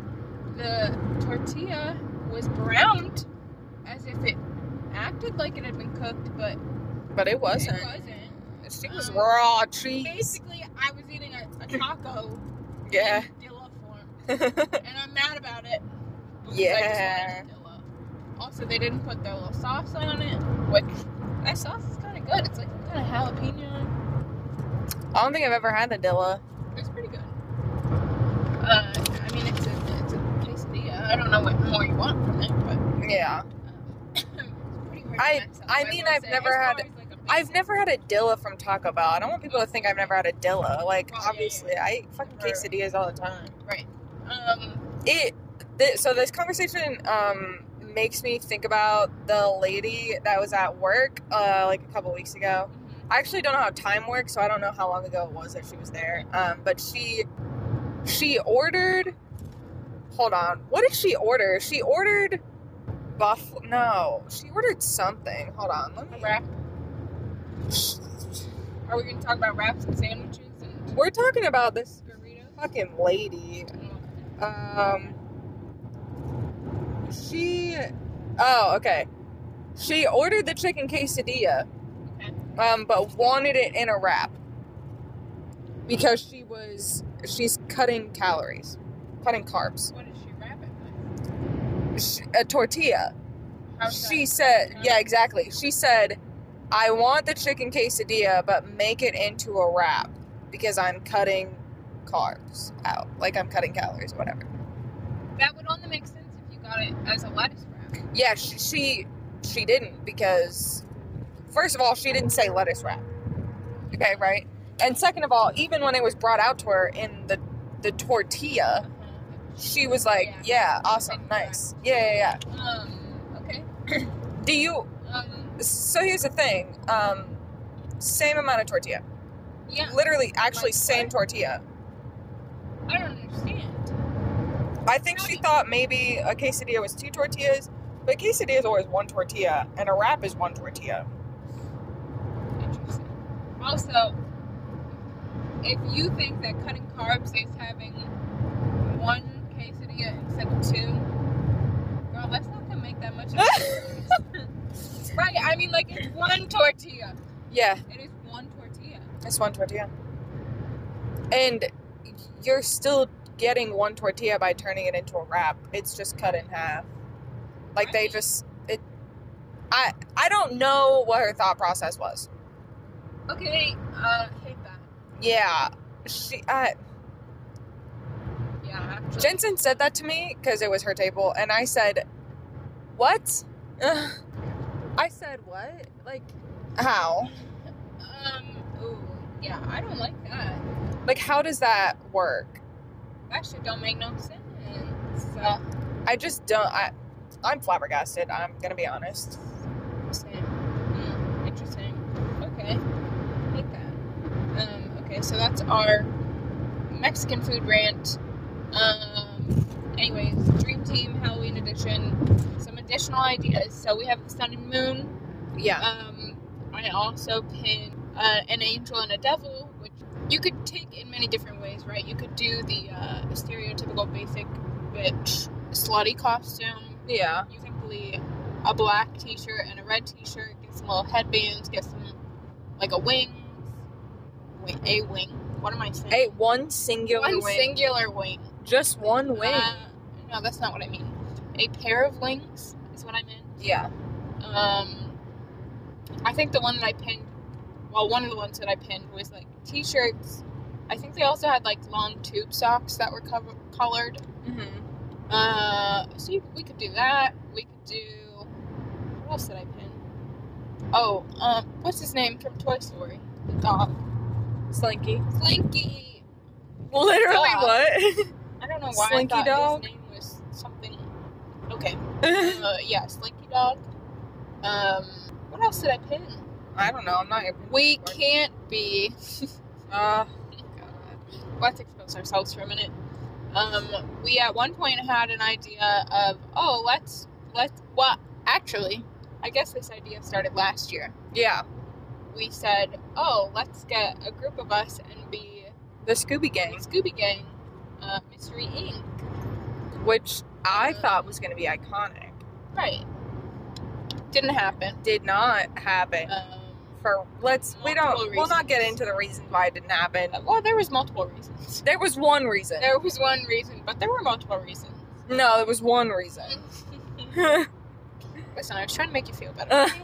[SPEAKER 2] The tortilla was browned, as if it acted like it had been cooked, but
[SPEAKER 1] But it wasn't.
[SPEAKER 2] It wasn't.
[SPEAKER 1] She was
[SPEAKER 2] Um,
[SPEAKER 1] raw cheese.
[SPEAKER 2] Basically, I was eating a, a taco
[SPEAKER 1] Yeah.
[SPEAKER 2] in dilla form,
[SPEAKER 1] yeah.
[SPEAKER 2] and I'm mad about it. because I just
[SPEAKER 1] Yeah.
[SPEAKER 2] wanted dilla. Also, they didn't put their little sauce on it, which that sauce is kind of good. It's like kind of jalapeno.
[SPEAKER 1] I don't think I've ever had the Dilla.
[SPEAKER 2] It's pretty good. Uh, I mean, it's a, it's a quesadilla. Uh, I don't know what more you want from it, but
[SPEAKER 1] Yeah.
[SPEAKER 2] um, it's pretty
[SPEAKER 1] I-
[SPEAKER 2] rudimental,
[SPEAKER 1] I mean,
[SPEAKER 2] will
[SPEAKER 1] I've
[SPEAKER 2] say,
[SPEAKER 1] never
[SPEAKER 2] as far
[SPEAKER 1] had-
[SPEAKER 2] as, like, a
[SPEAKER 1] I've
[SPEAKER 2] basic-
[SPEAKER 1] never had a Dilla from Taco Bell. I don't want people to think I've never had a Dilla. Like,
[SPEAKER 2] Well, yeah,
[SPEAKER 1] obviously, I eat fucking
[SPEAKER 2] Never.
[SPEAKER 1] quesadillas all the time.
[SPEAKER 2] Right. Um,
[SPEAKER 1] It. Th- so this conversation um makes me think about the lady that was at work uh like a couple weeks ago. I actually don't know how time works, so I don't know how long ago it was that she was there. Um, but she she ordered. Hold on, what did she order? She ordered buff. No, she ordered something. Hold on, let me.
[SPEAKER 2] a wrap. Are we going to talk about wraps and sandwiches and
[SPEAKER 1] We're talking about this
[SPEAKER 2] burritos?
[SPEAKER 1] fucking lady. Um, she. Oh, okay. She ordered the chicken quesadilla, um, but wanted it in a wrap because she was she's cutting calories, cutting carbs.
[SPEAKER 2] What did she wrap it with?
[SPEAKER 1] sh- a tortilla.
[SPEAKER 2] How's
[SPEAKER 1] She
[SPEAKER 2] that?
[SPEAKER 1] said,
[SPEAKER 2] Huh?
[SPEAKER 1] yeah, exactly. She said, I want the chicken quesadilla, but make it into a wrap because I'm cutting carbs out. Like I'm cutting calories, whatever.
[SPEAKER 2] That would only make sense if you got it as a lettuce wrap.
[SPEAKER 1] Yeah, she, she, she didn't because, first of all, she didn't say lettuce wrap. Okay, right? And second of all, even when it was brought out to her in the, the tortilla, she was like, yeah, awesome, nice. Yeah, yeah,
[SPEAKER 2] Um, okay.
[SPEAKER 1] yeah. Do you,
[SPEAKER 2] Um,
[SPEAKER 1] so here's the thing um, same amount of tortilla.
[SPEAKER 2] yeah.
[SPEAKER 1] literally actually
[SPEAKER 2] Like
[SPEAKER 1] same
[SPEAKER 2] what?
[SPEAKER 1] tortilla.
[SPEAKER 2] I don't understand.
[SPEAKER 1] I think she thought maybe a quesadilla was two tortillas, but quesadilla is always one tortilla, and a wrap is one tortilla.
[SPEAKER 2] Interesting. Also, if you think that cutting carbs is having one quesadilla instead of two, girl, that's not gonna make that much of a difference. right? I mean, like it's one tortilla.
[SPEAKER 1] Yeah,
[SPEAKER 2] It is one
[SPEAKER 1] It's one tortilla. And you're still getting one tortilla by turning it into a wrap. It's just cut in half. Like they
[SPEAKER 2] Right.
[SPEAKER 1] just it I I don't know what her thought process was.
[SPEAKER 2] Okay, uh, hate that.
[SPEAKER 1] Yeah. She uh,
[SPEAKER 2] Yeah, actually.
[SPEAKER 1] Jensen said that to me because it was her table and I said, "What?" I said, "What?" Like how?
[SPEAKER 2] um, ooh, yeah, I don't like that.
[SPEAKER 1] Like how does that work?
[SPEAKER 2] That shit don't make no sense. Uh,
[SPEAKER 1] I just don't. I, I'm flabbergasted. I'm gonna be honest.
[SPEAKER 2] same. Hmm, interesting. Okay, hate that. Um, okay, so that's our Mexican food rant. Um, anyways, Dream Team Halloween Edition. Some additional ideas. So we have the Sun and Moon.
[SPEAKER 1] Yeah.
[SPEAKER 2] Um, I also pinned uh, an angel and a devil, which you could take in many different ways, right? You could do the uh, stereotypical basic bitch slutty costume.
[SPEAKER 1] Yeah.
[SPEAKER 2] You simply a black t-shirt and a red t-shirt. Get some little headbands. Get some like a wings. Wait, a wing. What am I saying?
[SPEAKER 1] Hey, one singular
[SPEAKER 2] One
[SPEAKER 1] wing.
[SPEAKER 2] singular wing.
[SPEAKER 1] just one wing.
[SPEAKER 2] Uh, no, that's not what I mean. A pair of wings is what I meant.
[SPEAKER 1] yeah.
[SPEAKER 2] Um, I think the one that I pinned, well, one of the ones that I pinned was like t-shirts. I think they also had like long tube socks that were cover- colored.
[SPEAKER 1] Mm-hmm.
[SPEAKER 2] Uh, so you, we could do that. We could do. What else did I pin? Oh, um, what's his name from Toy Story? The dog,
[SPEAKER 1] Slinky.
[SPEAKER 2] Slinky.
[SPEAKER 1] Literally
[SPEAKER 2] Dog. I don't know why
[SPEAKER 1] Slinky
[SPEAKER 2] I thought
[SPEAKER 1] dog?
[SPEAKER 2] his name was something. Okay.
[SPEAKER 1] what?
[SPEAKER 2] Uh, yeah, Slinky dog. Um, what else did I pin?
[SPEAKER 1] I don't know. I'm not. your-
[SPEAKER 2] We can't be.
[SPEAKER 1] Uh,
[SPEAKER 2] let's expose ourselves for a minute. Um, we at one point had an idea of oh let's let's well actually I guess this idea started last year.
[SPEAKER 1] yeah.
[SPEAKER 2] We said oh let's get a group of us and be
[SPEAKER 1] The Scooby
[SPEAKER 2] a
[SPEAKER 1] Gang,
[SPEAKER 2] Scooby Gang, uh, Mystery Inc.
[SPEAKER 1] which I
[SPEAKER 2] Uh,
[SPEAKER 1] thought was gonna be iconic,
[SPEAKER 2] Right. Didn't happen.
[SPEAKER 1] did not happen.
[SPEAKER 2] Um,
[SPEAKER 1] for let's. We don't.
[SPEAKER 2] multiple
[SPEAKER 1] We'll not get
[SPEAKER 2] reasons.
[SPEAKER 1] into the Uh. reasons why it didn't happen.
[SPEAKER 2] well, there was multiple reasons.
[SPEAKER 1] There was one reason.
[SPEAKER 2] There was one reason, but there were multiple reasons.
[SPEAKER 1] no, there was one reason.
[SPEAKER 2] Listen, I was trying to make you feel better.
[SPEAKER 1] Uh.
[SPEAKER 2] okay?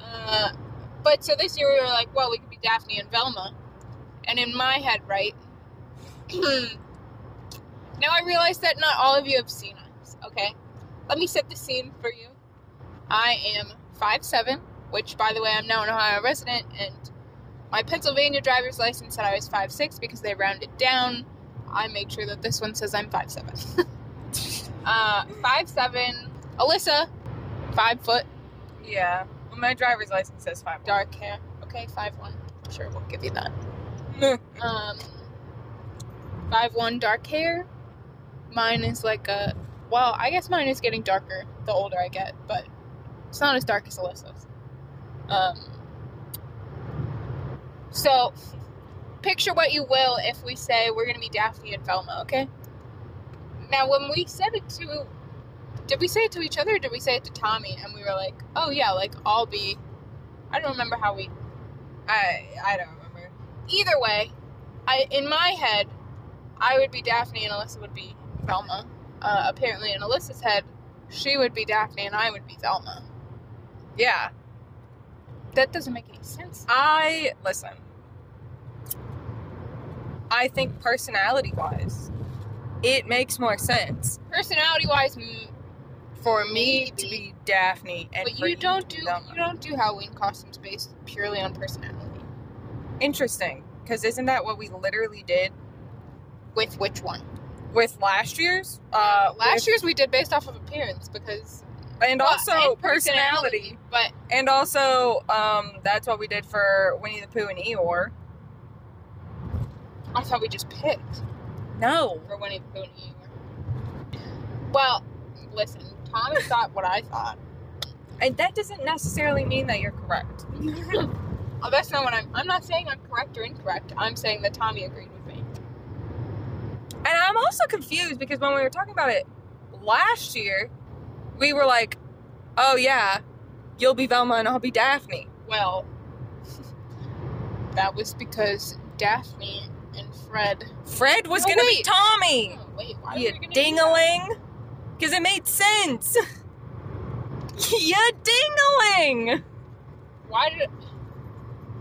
[SPEAKER 2] Uh, but so this year we were like, well, we could be Daphne and Velma. And in my head, right? now I realize that not all of you have seen us, okay? Let me set the scene for you. I am 5'7, which, by the way, I'm now an Ohio resident, and my Pennsylvania driver's license said I was 5'6 because they rounded down. I make sure that this one says I'm 5'7. uh, 5'7, Alyssa, 5 foot,
[SPEAKER 1] yeah. My driver's license says five.
[SPEAKER 2] dark hair. Okay, five one. Sure, we'll give you that. Um, five one, dark hair. Mine is like a well, I guess mine is getting darker the older I get, but it's not as dark as Alyssa's. Um, so picture what you will if we say we're gonna be Daphne and Velma, okay? Now, when we said it to, did we say it to each other? or Did we say it to Tommy? And we were like, oh yeah, like I'll be. I don't remember how we
[SPEAKER 1] I I don't remember.
[SPEAKER 2] either way, I in my head, I would be Daphne and Alyssa would be Velma. Uh, apparently, in Alyssa's head, she would be Daphne and I would be Velma.
[SPEAKER 1] Yeah,
[SPEAKER 2] That doesn't make any sense.
[SPEAKER 1] I listen. I think personality wise, it makes more sense
[SPEAKER 2] Personality wise, m-
[SPEAKER 1] for me to
[SPEAKER 2] Maybe.
[SPEAKER 1] be Daphne and
[SPEAKER 2] but
[SPEAKER 1] for
[SPEAKER 2] you don't
[SPEAKER 1] to
[SPEAKER 2] do
[SPEAKER 1] be Velma.
[SPEAKER 2] you don't do Halloween costumes based purely on personality.
[SPEAKER 1] Interesting, because isn't that what we literally did
[SPEAKER 2] With which one?
[SPEAKER 1] with last year's? Uh,
[SPEAKER 2] Last
[SPEAKER 1] with-
[SPEAKER 2] year's we did based off of appearance because
[SPEAKER 1] and
[SPEAKER 2] well,
[SPEAKER 1] also
[SPEAKER 2] and
[SPEAKER 1] personality.
[SPEAKER 2] but
[SPEAKER 1] and also um, that's what we did for Winnie the Pooh and Eeyore.
[SPEAKER 2] I thought we just picked.
[SPEAKER 1] No,
[SPEAKER 2] for Winnie the Pooh and Eeyore. Well, listen, Tommy thought what I thought.
[SPEAKER 1] and that doesn't necessarily mean that you're correct.
[SPEAKER 2] oh, that's not what I'm. I'm not saying I'm correct or incorrect. I'm saying that Tommy agreed with me.
[SPEAKER 1] And I'm also confused because when we were talking about it last year, we were like, oh yeah, you'll be Velma and I'll be Daphne.
[SPEAKER 2] Well, that was because Daphne and Fred.
[SPEAKER 1] Fred was
[SPEAKER 2] No,
[SPEAKER 1] gonna be
[SPEAKER 2] wait.
[SPEAKER 1] Tommy.
[SPEAKER 2] Oh, wait, why
[SPEAKER 1] you
[SPEAKER 2] were we gonna do that?
[SPEAKER 1] ding-a-ling. Because it made sense. you ding-a-ling.
[SPEAKER 2] Why did?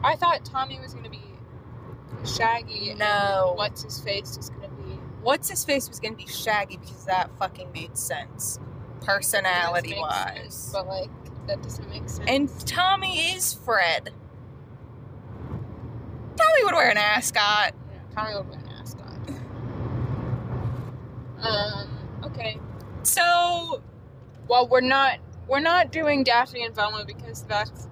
[SPEAKER 2] I thought Tommy was gonna be Shaggy. and
[SPEAKER 1] No.
[SPEAKER 2] What's his face is gonna be
[SPEAKER 1] What's his face was gonna be Shaggy because that fucking made sense. Personality
[SPEAKER 2] It does make
[SPEAKER 1] wise.
[SPEAKER 2] sense, but like that doesn't make sense.
[SPEAKER 1] And Tommy is Fred. Tommy would wear an ascot.
[SPEAKER 2] yeah, Tommy would wear an ascot. Um. Okay.
[SPEAKER 1] So
[SPEAKER 2] Well, we're not we're not doing Daphne and Velma because that's.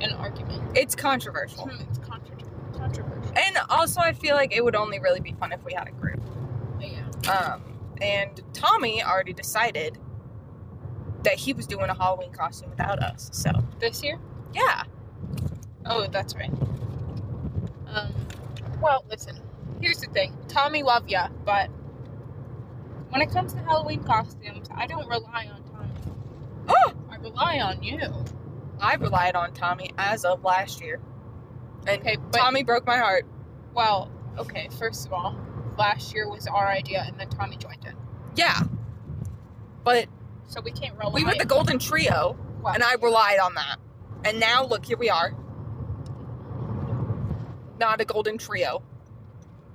[SPEAKER 2] An argument.
[SPEAKER 1] it's controversial.
[SPEAKER 2] Hmm, It's contro- controversial.
[SPEAKER 1] And also I feel like it would only really be fun if we had a group.
[SPEAKER 2] But yeah.
[SPEAKER 1] Um, and Tommy already decided that he was doing a Halloween costume without us. So
[SPEAKER 2] This year?
[SPEAKER 1] yeah,
[SPEAKER 2] Oh, that's right. Um, well, listen. Here's the thing. Tommy, love ya, but when it comes to Halloween costumes, I don't rely on Tommy.
[SPEAKER 1] Oh!
[SPEAKER 2] I rely on you.
[SPEAKER 1] I relied on Tommy as of last year. And
[SPEAKER 2] Okay, but
[SPEAKER 1] Tommy broke my heart.
[SPEAKER 2] well, okay. First of all, last year was our idea, and then Tommy joined in,
[SPEAKER 1] Yeah, but
[SPEAKER 2] so we can't rely.
[SPEAKER 1] we were the golden trio,
[SPEAKER 2] Well,
[SPEAKER 1] and I relied on that. And now look, here we are. Not a golden trio.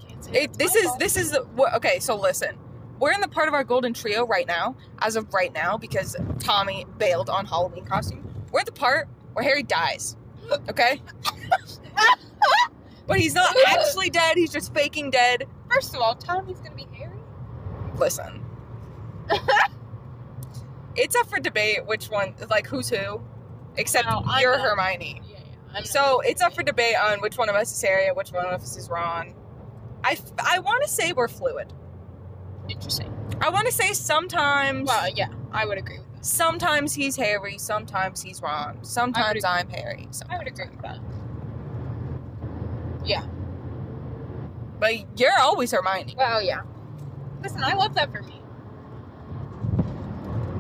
[SPEAKER 2] can't say
[SPEAKER 1] it,
[SPEAKER 2] it's
[SPEAKER 1] this
[SPEAKER 2] my
[SPEAKER 1] is
[SPEAKER 2] fault.
[SPEAKER 1] this is what okay so listen we're in the part of our golden trio right now as of right now because tommy bailed on halloween costume we're at the part where harry dies okay but he's not actually dead he's just faking dead
[SPEAKER 2] First of all, Tommy's gonna be hairy.
[SPEAKER 1] listen it's up for debate which one like who's who except
[SPEAKER 2] No, I'm
[SPEAKER 1] you're
[SPEAKER 2] not.
[SPEAKER 1] hermione
[SPEAKER 2] Yeah, yeah. I'm not-
[SPEAKER 1] so it's up for debate on which one of us is harry and which one of us is ron i, f- I want to say we're fluid
[SPEAKER 2] interesting.
[SPEAKER 1] I want to say sometimes.
[SPEAKER 2] Well, yeah, I would agree with that.
[SPEAKER 1] Sometimes he's Harry. Sometimes he's Ron. Sometimes
[SPEAKER 2] I
[SPEAKER 1] I'm Harry. So,
[SPEAKER 2] I would agree with that.
[SPEAKER 1] but you're always Hermione.
[SPEAKER 2] Well, yeah. Listen, I love that for me.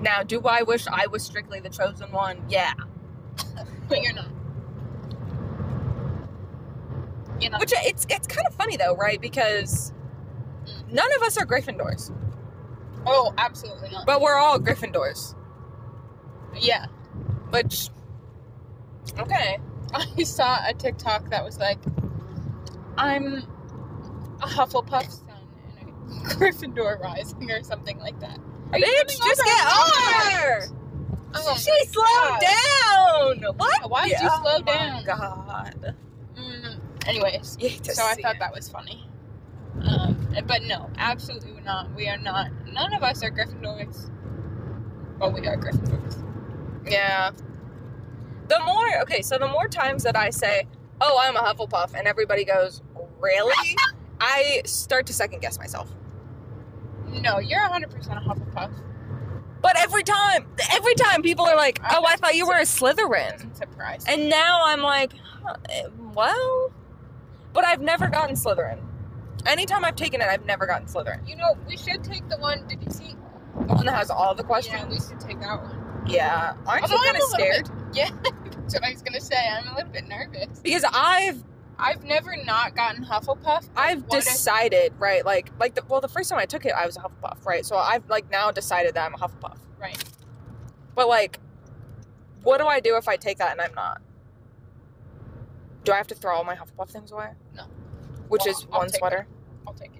[SPEAKER 1] Now, do I wish I was strictly the chosen one? Yeah.
[SPEAKER 2] Uh-huh. But you're not. You know,
[SPEAKER 1] Which it's it's kind of funny though, right? Because
[SPEAKER 2] Mm.
[SPEAKER 1] none of us are Gryffindors,
[SPEAKER 2] oh, absolutely not.
[SPEAKER 1] but we're all Gryffindors.
[SPEAKER 2] yeah,
[SPEAKER 1] Which okay,
[SPEAKER 2] I saw a TikTok that was like, "I'm a Hufflepuff son and a Gryffindor rising" or something like that. Are you
[SPEAKER 1] bitch,
[SPEAKER 2] coming
[SPEAKER 1] just
[SPEAKER 2] over
[SPEAKER 1] get
[SPEAKER 2] or
[SPEAKER 1] over.
[SPEAKER 2] not? Oh,
[SPEAKER 1] she slowed down. What?
[SPEAKER 2] Why did you
[SPEAKER 1] Yeah.
[SPEAKER 2] slow
[SPEAKER 1] Oh my
[SPEAKER 2] down?
[SPEAKER 1] God.
[SPEAKER 2] mm, anyways,
[SPEAKER 1] You hate to
[SPEAKER 2] so I
[SPEAKER 1] see
[SPEAKER 2] thought
[SPEAKER 1] it.
[SPEAKER 2] that was funny. Um, but no, absolutely we're not. We are not. None of us are Gryffindors. But we are Gryffindors.
[SPEAKER 1] Yeah. The more okay, so the more times that I say, "Oh, I'm a Hufflepuff," and everybody goes, "Really?" I start to second guess myself.
[SPEAKER 2] No, you're 100% a Hufflepuff.
[SPEAKER 1] But every time, every time people are like, "Oh, I thought you were a Slytherin,"
[SPEAKER 2] Doesn't surprise me.
[SPEAKER 1] and now I'm like, huh, eh, "Well," but I've never gotten Slytherin. Anytime I've taken it, I've never gotten Slytherin.
[SPEAKER 2] You know, we should take the one. Did you see?
[SPEAKER 1] The one that has all the
[SPEAKER 2] Yeah,
[SPEAKER 1] questions.
[SPEAKER 2] we should take that one.
[SPEAKER 1] Yeah, aren't
[SPEAKER 2] I'm
[SPEAKER 1] you
[SPEAKER 2] a
[SPEAKER 1] kind of
[SPEAKER 2] little bit-
[SPEAKER 1] scared?
[SPEAKER 2] That's what I was gonna say. I'm a little bit nervous.
[SPEAKER 1] Because I've
[SPEAKER 2] I've never not gotten Hufflepuff. but
[SPEAKER 1] I've
[SPEAKER 2] what if-
[SPEAKER 1] decided, right? Like, like the, well, the first time I took it, I was a Hufflepuff, right? So I've like now decided that I'm a Hufflepuff.
[SPEAKER 2] right.
[SPEAKER 1] But like, what do I do if I take that and I'm not? Do I have to throw all my Hufflepuff things away?
[SPEAKER 2] No.
[SPEAKER 1] Which
[SPEAKER 2] Well,
[SPEAKER 1] is
[SPEAKER 2] I'll
[SPEAKER 1] one
[SPEAKER 2] take
[SPEAKER 1] sweater.
[SPEAKER 2] I'll take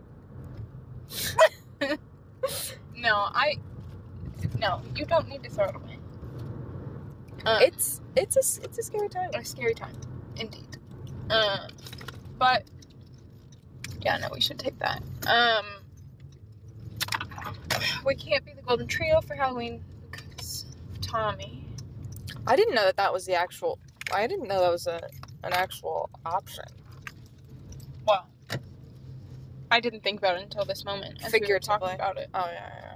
[SPEAKER 2] it. no, I. No, you don't need to throw it away. Um,
[SPEAKER 1] It's it's a s- it's a scary time.
[SPEAKER 2] a scary time, indeed. Um, but yeah, no, we should take that. Um, we can't be the golden trio for Halloween because of Tommy.
[SPEAKER 1] I didn't know that that was the actual. I didn't know that was a an actual option.
[SPEAKER 2] Well, I didn't think about it until this moment. as we were
[SPEAKER 1] Figuratively.
[SPEAKER 2] talking about it.
[SPEAKER 1] Oh yeah, yeah. yeah.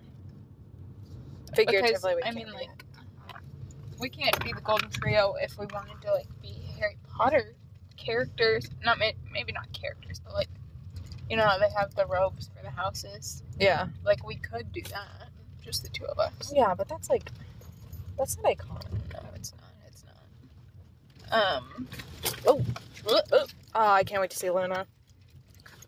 [SPEAKER 1] Figuratively, we
[SPEAKER 2] because, I
[SPEAKER 1] can't
[SPEAKER 2] mean,
[SPEAKER 1] do
[SPEAKER 2] like,
[SPEAKER 1] that.
[SPEAKER 2] we can't be the golden trio if we wanted to like be Harry Potter characters. Not ma- maybe not characters, but like, you know, how they have the robes for the houses.
[SPEAKER 1] yeah,
[SPEAKER 2] Like we could do that, just the two of us.
[SPEAKER 1] yeah, but that's like that's not iconic.
[SPEAKER 2] No, it's not. Um, oh, uh, uh,
[SPEAKER 1] Oh, I can't wait to see Luna.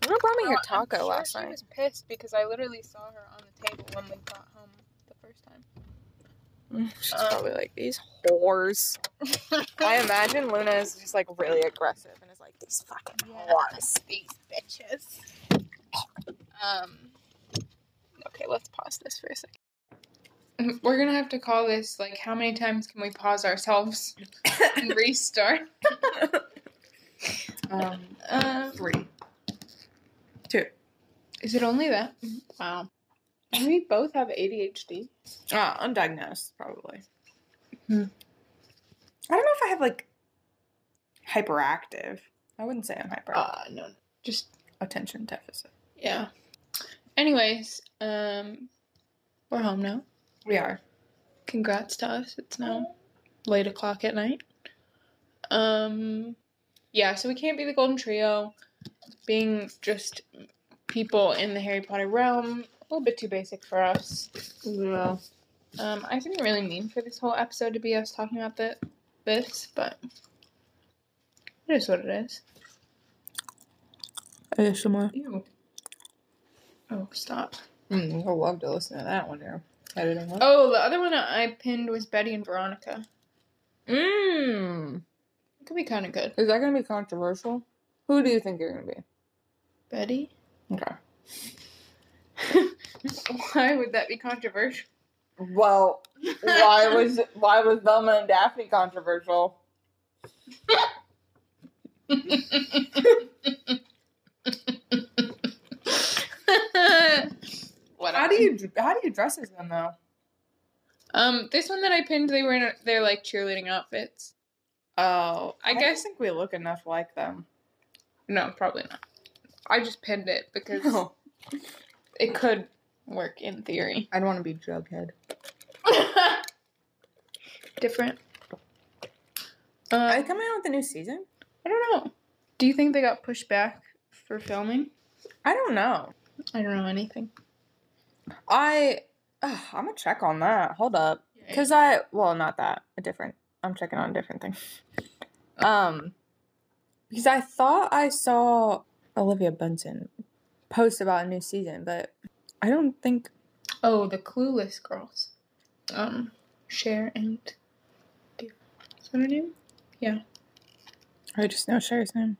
[SPEAKER 1] Luna brought me
[SPEAKER 2] Oh,
[SPEAKER 1] her
[SPEAKER 2] I'm
[SPEAKER 1] taco
[SPEAKER 2] sure
[SPEAKER 1] last
[SPEAKER 2] she
[SPEAKER 1] night.
[SPEAKER 2] was pissed because I literally saw her on the table when we got home the first time.
[SPEAKER 1] Mm, She's
[SPEAKER 2] Um,
[SPEAKER 1] probably like, these whores. I imagine Luna is just like really aggressive and is like, these fucking
[SPEAKER 2] Yeah.
[SPEAKER 1] whores.
[SPEAKER 2] These bitches. Um. Okay, let's pause this for a second. We're gonna have to call this like how many times can we pause ourselves and restart?
[SPEAKER 1] Um,
[SPEAKER 2] Um,
[SPEAKER 1] three.
[SPEAKER 2] is it only that? Wow. We both have ADHD.
[SPEAKER 1] Ah, undiagnosed, probably.
[SPEAKER 2] Hmm.
[SPEAKER 1] I don't know if I have like hyperactive. I wouldn't say I'm hyper.
[SPEAKER 2] Uh, no. Just
[SPEAKER 1] Attention deficit.
[SPEAKER 2] yeah. Anyways, um, we're home now.
[SPEAKER 1] We are.
[SPEAKER 2] congrats to us. It's now late o'clock at night. Um, yeah, so we can't be the Golden Trio. Being just people in the Harry Potter realm, a little bit too basic for us.
[SPEAKER 1] Yeah.
[SPEAKER 2] Um, I didn't really mean for this whole episode to be us talking about the, this, but it is what it is.
[SPEAKER 1] ASMR.
[SPEAKER 2] Ew. Oh, stop.
[SPEAKER 1] Mm, I'll love to listen to that one here. Editing one.
[SPEAKER 2] Oh, the other one I pinned was Betty and Veronica.
[SPEAKER 1] Mmm.
[SPEAKER 2] It could be kind of good.
[SPEAKER 1] Is that going to be controversial? Who do you think you're going to be?
[SPEAKER 2] Betty?
[SPEAKER 1] Okay.
[SPEAKER 2] Why would that be controversial?
[SPEAKER 1] Well, why was why was Velma and Daphne controversial?
[SPEAKER 2] what
[SPEAKER 1] How do you how do you dress as them though?
[SPEAKER 2] Um, this one that I pinned, they were in a- their like cheerleading outfits.
[SPEAKER 1] Oh,
[SPEAKER 2] I
[SPEAKER 1] I,
[SPEAKER 2] guess-
[SPEAKER 1] guess think we look enough like them.
[SPEAKER 2] No, probably not. I just pinned it because it could work in theory.
[SPEAKER 1] I'd want to be Jughead.
[SPEAKER 2] Different.
[SPEAKER 1] Are
[SPEAKER 2] Um, I,
[SPEAKER 1] they coming out with a new season?
[SPEAKER 2] don't know. Do you think they got pushed back for filming?
[SPEAKER 1] I don't know.
[SPEAKER 2] I don't know anything.
[SPEAKER 1] I ugh, I'm gonna check on that. Hold up, because I well not that a different. I'm checking on a different thing. Um, because I thought I saw Olivia Benson post about a new season, but I don't think
[SPEAKER 2] Oh, the clueless girls. Um, Cher and Dear. Is that her name?
[SPEAKER 1] I just know Cher's name.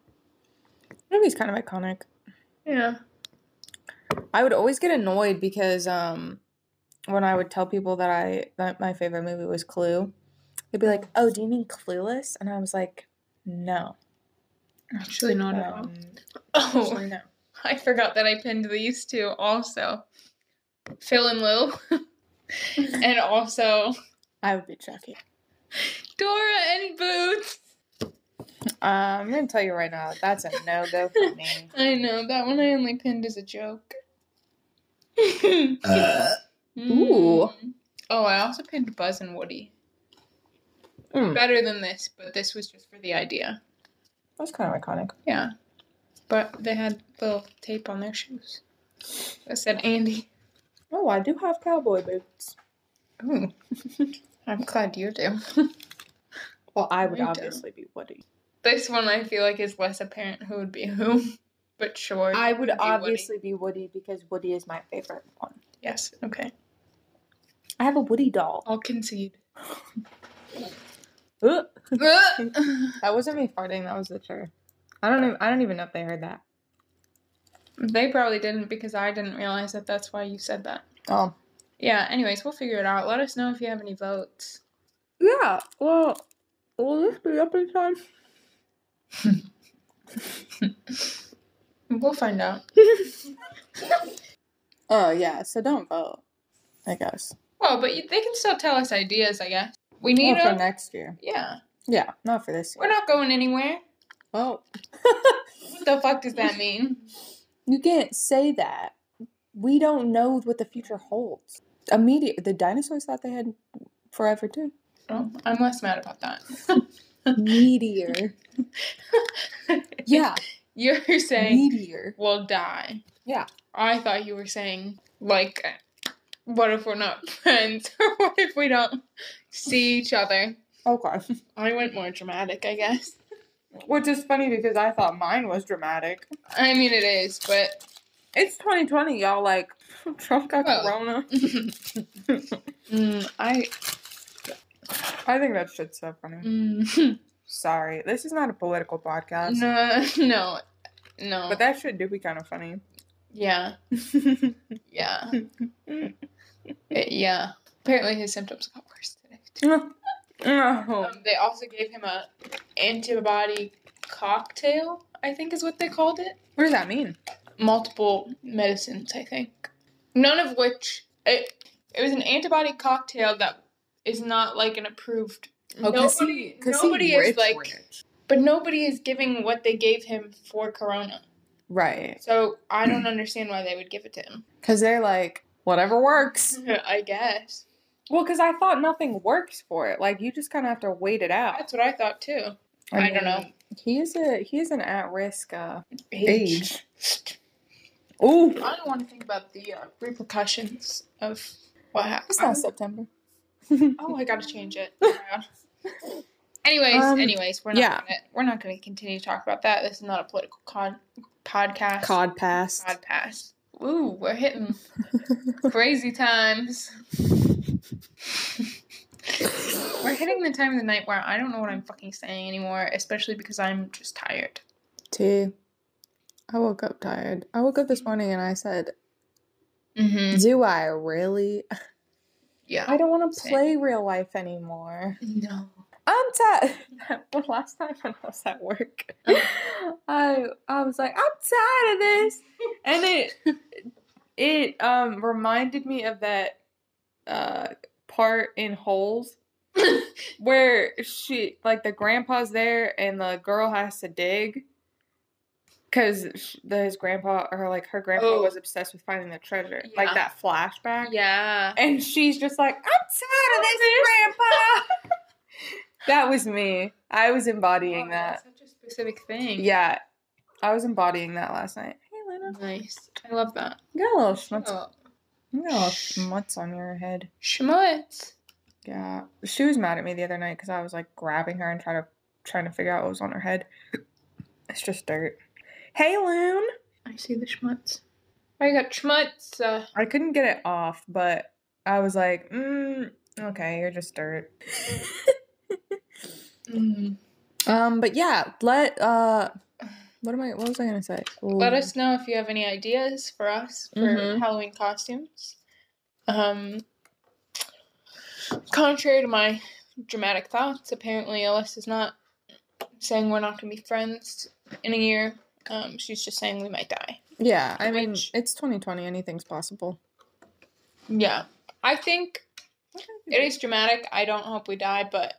[SPEAKER 1] The movie's kind of iconic.
[SPEAKER 2] Yeah.
[SPEAKER 1] I would always get annoyed because um, when I would tell people that I that my favorite movie was Clue, they'd be like, "Oh, do you mean Clueless?" And I was like, "No,
[SPEAKER 2] Actually, not at all.
[SPEAKER 1] Um,
[SPEAKER 2] Oh,
[SPEAKER 1] actually, no."
[SPEAKER 2] I forgot that I pinned these two also. Phil and Lil. and also
[SPEAKER 1] I would be Chucky."
[SPEAKER 2] Dora and Boots.
[SPEAKER 1] Um, I'm gonna tell you right now, that's a no go for me.
[SPEAKER 2] I know, that one I only pinned as a joke.
[SPEAKER 1] Ooh.
[SPEAKER 2] Mm. Oh, I also pinned Buzz and Woody.
[SPEAKER 1] Mm.
[SPEAKER 2] Better than this, but this was just for the idea.
[SPEAKER 1] That's kind of iconic.
[SPEAKER 2] Yeah. But they had little tape on their shoes that said Andy.
[SPEAKER 1] Oh, I do have cowboy boots.
[SPEAKER 2] Ooh. I'm glad you do.
[SPEAKER 1] Well, I would
[SPEAKER 2] You do.
[SPEAKER 1] obviously be Woody.
[SPEAKER 2] This one I feel like is less apparent who would be who, but sure.
[SPEAKER 1] I would
[SPEAKER 2] it'd be Woody.
[SPEAKER 1] obviously be Woody because Woody is my favorite one.
[SPEAKER 2] Yes, okay.
[SPEAKER 1] I have a Woody doll.
[SPEAKER 2] I'll concede.
[SPEAKER 1] Ugh.
[SPEAKER 2] that
[SPEAKER 1] That wasn't me farting. That was the chair. I don't. Even, I don't even know if they heard that.
[SPEAKER 2] They probably didn't because I didn't realize that that's why you said that.
[SPEAKER 1] Oh.
[SPEAKER 2] Yeah, anyways, we'll figure it out. Let us know if you have any votes.
[SPEAKER 1] Yeah. Well. Will this be up in time?
[SPEAKER 2] We'll find out.
[SPEAKER 1] Oh yeah. So don't vote. I guess.
[SPEAKER 2] Well, but you, they can still tell us ideas, I guess. We need
[SPEAKER 1] Well, for
[SPEAKER 2] them.
[SPEAKER 1] next year.
[SPEAKER 2] yeah.
[SPEAKER 1] Yeah. Not for this
[SPEAKER 2] We're
[SPEAKER 1] year.
[SPEAKER 2] not going anywhere.
[SPEAKER 1] Well,
[SPEAKER 2] What the fuck does that mean?
[SPEAKER 1] you can't say that. We don't know what the future holds. Immediate. The dinosaurs thought they had forever too.
[SPEAKER 2] Oh, I'm less mad about that.
[SPEAKER 1] Meteor. Yeah.
[SPEAKER 2] You're saying
[SPEAKER 1] meteor.
[SPEAKER 2] we'll die.
[SPEAKER 1] Yeah.
[SPEAKER 2] I thought you were saying, like, what if we're not friends? Or what if we don't see each other?
[SPEAKER 1] Okay.
[SPEAKER 2] I went more dramatic, I guess.
[SPEAKER 1] Which is funny because I thought mine was dramatic.
[SPEAKER 2] I mean, it is, but
[SPEAKER 1] It's 2020, y'all. Like, Trump got
[SPEAKER 2] Well.
[SPEAKER 1] corona.
[SPEAKER 2] Mm, I.
[SPEAKER 1] I think that shit's so funny.
[SPEAKER 2] Mm,
[SPEAKER 1] Sorry, this is not a political podcast.
[SPEAKER 2] no, no, no.
[SPEAKER 1] But that shit do be kind of funny.
[SPEAKER 2] yeah, yeah, It- yeah. Apparently, his symptoms got worse today. too.
[SPEAKER 1] oh.
[SPEAKER 2] Um, they also gave him a antibody cocktail. I think is what they called it.
[SPEAKER 1] What does that mean?
[SPEAKER 2] multiple medicines, I think. None of which it it was an antibiotic cocktail that is not like an approved
[SPEAKER 1] Oh,
[SPEAKER 2] Nobody- nobody is, like- but nobody is giving what they gave him for corona.
[SPEAKER 1] Right.
[SPEAKER 2] So I don't understand why they would give it to him.
[SPEAKER 1] Because they're like, whatever works.
[SPEAKER 2] I guess.
[SPEAKER 1] Well, because I thought nothing works for it. Like, you just kind of have to wait it out.
[SPEAKER 2] That's what I thought too. I, don't know.
[SPEAKER 1] He is a he is an at risk uh, age. Ooh,
[SPEAKER 2] I don't want to think about the uh, repercussions of what
[SPEAKER 1] it's
[SPEAKER 2] happened.
[SPEAKER 1] not September.
[SPEAKER 2] Oh, I gotta change it. anyways,
[SPEAKER 1] Um,
[SPEAKER 2] anyways, we're not
[SPEAKER 1] yeah.
[SPEAKER 2] gonna we're not gonna continue to talk about that. This is not a political con- podcast.
[SPEAKER 1] Cod pass.
[SPEAKER 2] Podcast. Ooh, we're hitting crazy times. we're hitting the time of the night where I don't know what I'm fucking saying anymore, especially because I'm just tired.
[SPEAKER 1] T. I woke up tired. I woke up this morning and I said,
[SPEAKER 2] Mm-hmm.
[SPEAKER 1] "Do I really?
[SPEAKER 2] Yeah.
[SPEAKER 1] Mm. I don't want to
[SPEAKER 2] Same.
[SPEAKER 1] play real life anymore."
[SPEAKER 2] No.
[SPEAKER 1] I'm tired. But last time when I was at work, I I was like, I'm tired of this, and it it um reminded me of that uh part in Holes where she like the grandpa's there and the girl has to dig because the, his grandpa or like her grandpa
[SPEAKER 2] Oh.
[SPEAKER 1] was obsessed with finding the treasure, like
[SPEAKER 2] Yeah.
[SPEAKER 1] that flashback.
[SPEAKER 2] Yeah.
[SPEAKER 1] And she's just like, I'm tired of this, Grandpa. that was me. I was embodying that.
[SPEAKER 2] Such a specific thing.
[SPEAKER 1] Yeah, I was embodying that last night. Hey, Lena,
[SPEAKER 2] Nice. I love that.
[SPEAKER 1] you got a little schmutz.
[SPEAKER 2] Oh.
[SPEAKER 1] You got a little schmutz on your head.
[SPEAKER 2] Schmutz.
[SPEAKER 1] Yeah, she was mad at me the other night because I was like grabbing her and trying to trying to figure out what was on her head. It's just dirt. Hey, Loon.
[SPEAKER 2] I see the schmutz. I got schmutz. Uh,
[SPEAKER 1] I couldn't get it off, but I was like, mm, okay, you're just dirt.
[SPEAKER 2] mm.
[SPEAKER 1] Um, but yeah, let uh, what am I? What was I gonna say?
[SPEAKER 2] Let us know if you have any ideas for us for
[SPEAKER 1] Mhm.
[SPEAKER 2] Halloween costumes. Um, contrary to my dramatic thoughts, apparently Ellis is not saying we're not going to be friends in a year. Um, she's just saying we might die.
[SPEAKER 1] Yeah, I mean,
[SPEAKER 2] Which-
[SPEAKER 1] it's 2020. Anything's possible.
[SPEAKER 2] Yeah, I think it is dramatic. I don't hope we die, but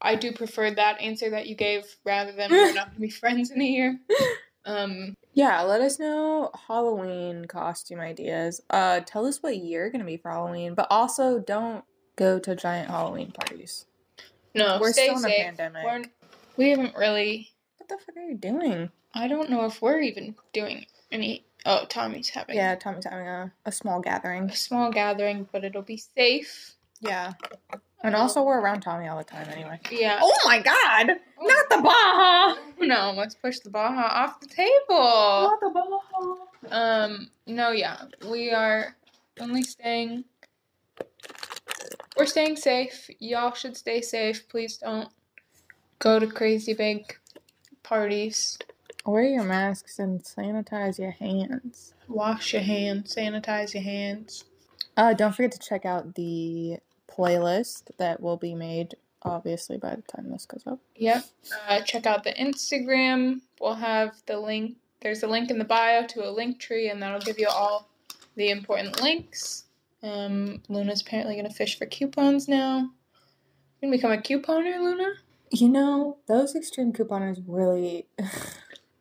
[SPEAKER 2] I do prefer that answer that you gave rather than we're not going to be friends in a year. Um,
[SPEAKER 1] Yeah, let us know Halloween costume ideas. Uh, tell us what you're gonna be for Halloween, but also don't go to giant Halloween parties.
[SPEAKER 2] no,
[SPEAKER 1] We're
[SPEAKER 2] Oh, stay
[SPEAKER 1] still in a
[SPEAKER 2] safe.
[SPEAKER 1] pandemic.
[SPEAKER 2] We're, we haven't really.
[SPEAKER 1] What the fuck are you doing?
[SPEAKER 2] I don't know if we're even doing any. Oh, Tommy's having
[SPEAKER 1] Yeah, Tommy's having a, a small gathering.
[SPEAKER 2] a small gathering, but it'll be safe.
[SPEAKER 1] Yeah, and also we're around Tommy all the time anyway.
[SPEAKER 2] Yeah.
[SPEAKER 1] Oh my God! Not the Baja.
[SPEAKER 2] no, let's push the Baja off the table.
[SPEAKER 1] the Baja.
[SPEAKER 2] Um, no, yeah, we are only staying. We're staying safe. Y'all should stay safe. Please don't go to crazy big parties.
[SPEAKER 1] Wear your masks and sanitize your hands.
[SPEAKER 2] Wash your hands. Sanitize your hands.
[SPEAKER 1] Uh, don't forget to check out the playlist that will be made, obviously, by the time this goes up.
[SPEAKER 2] Yep. Uh, check out the Instagram. We'll have the link. There's a link in the bio to a link tree, and that'll give you all the important links. Um, Luna's apparently gonna fish for coupons now. You gonna become a couponer, Luna?
[SPEAKER 1] You know, those extreme couponers really,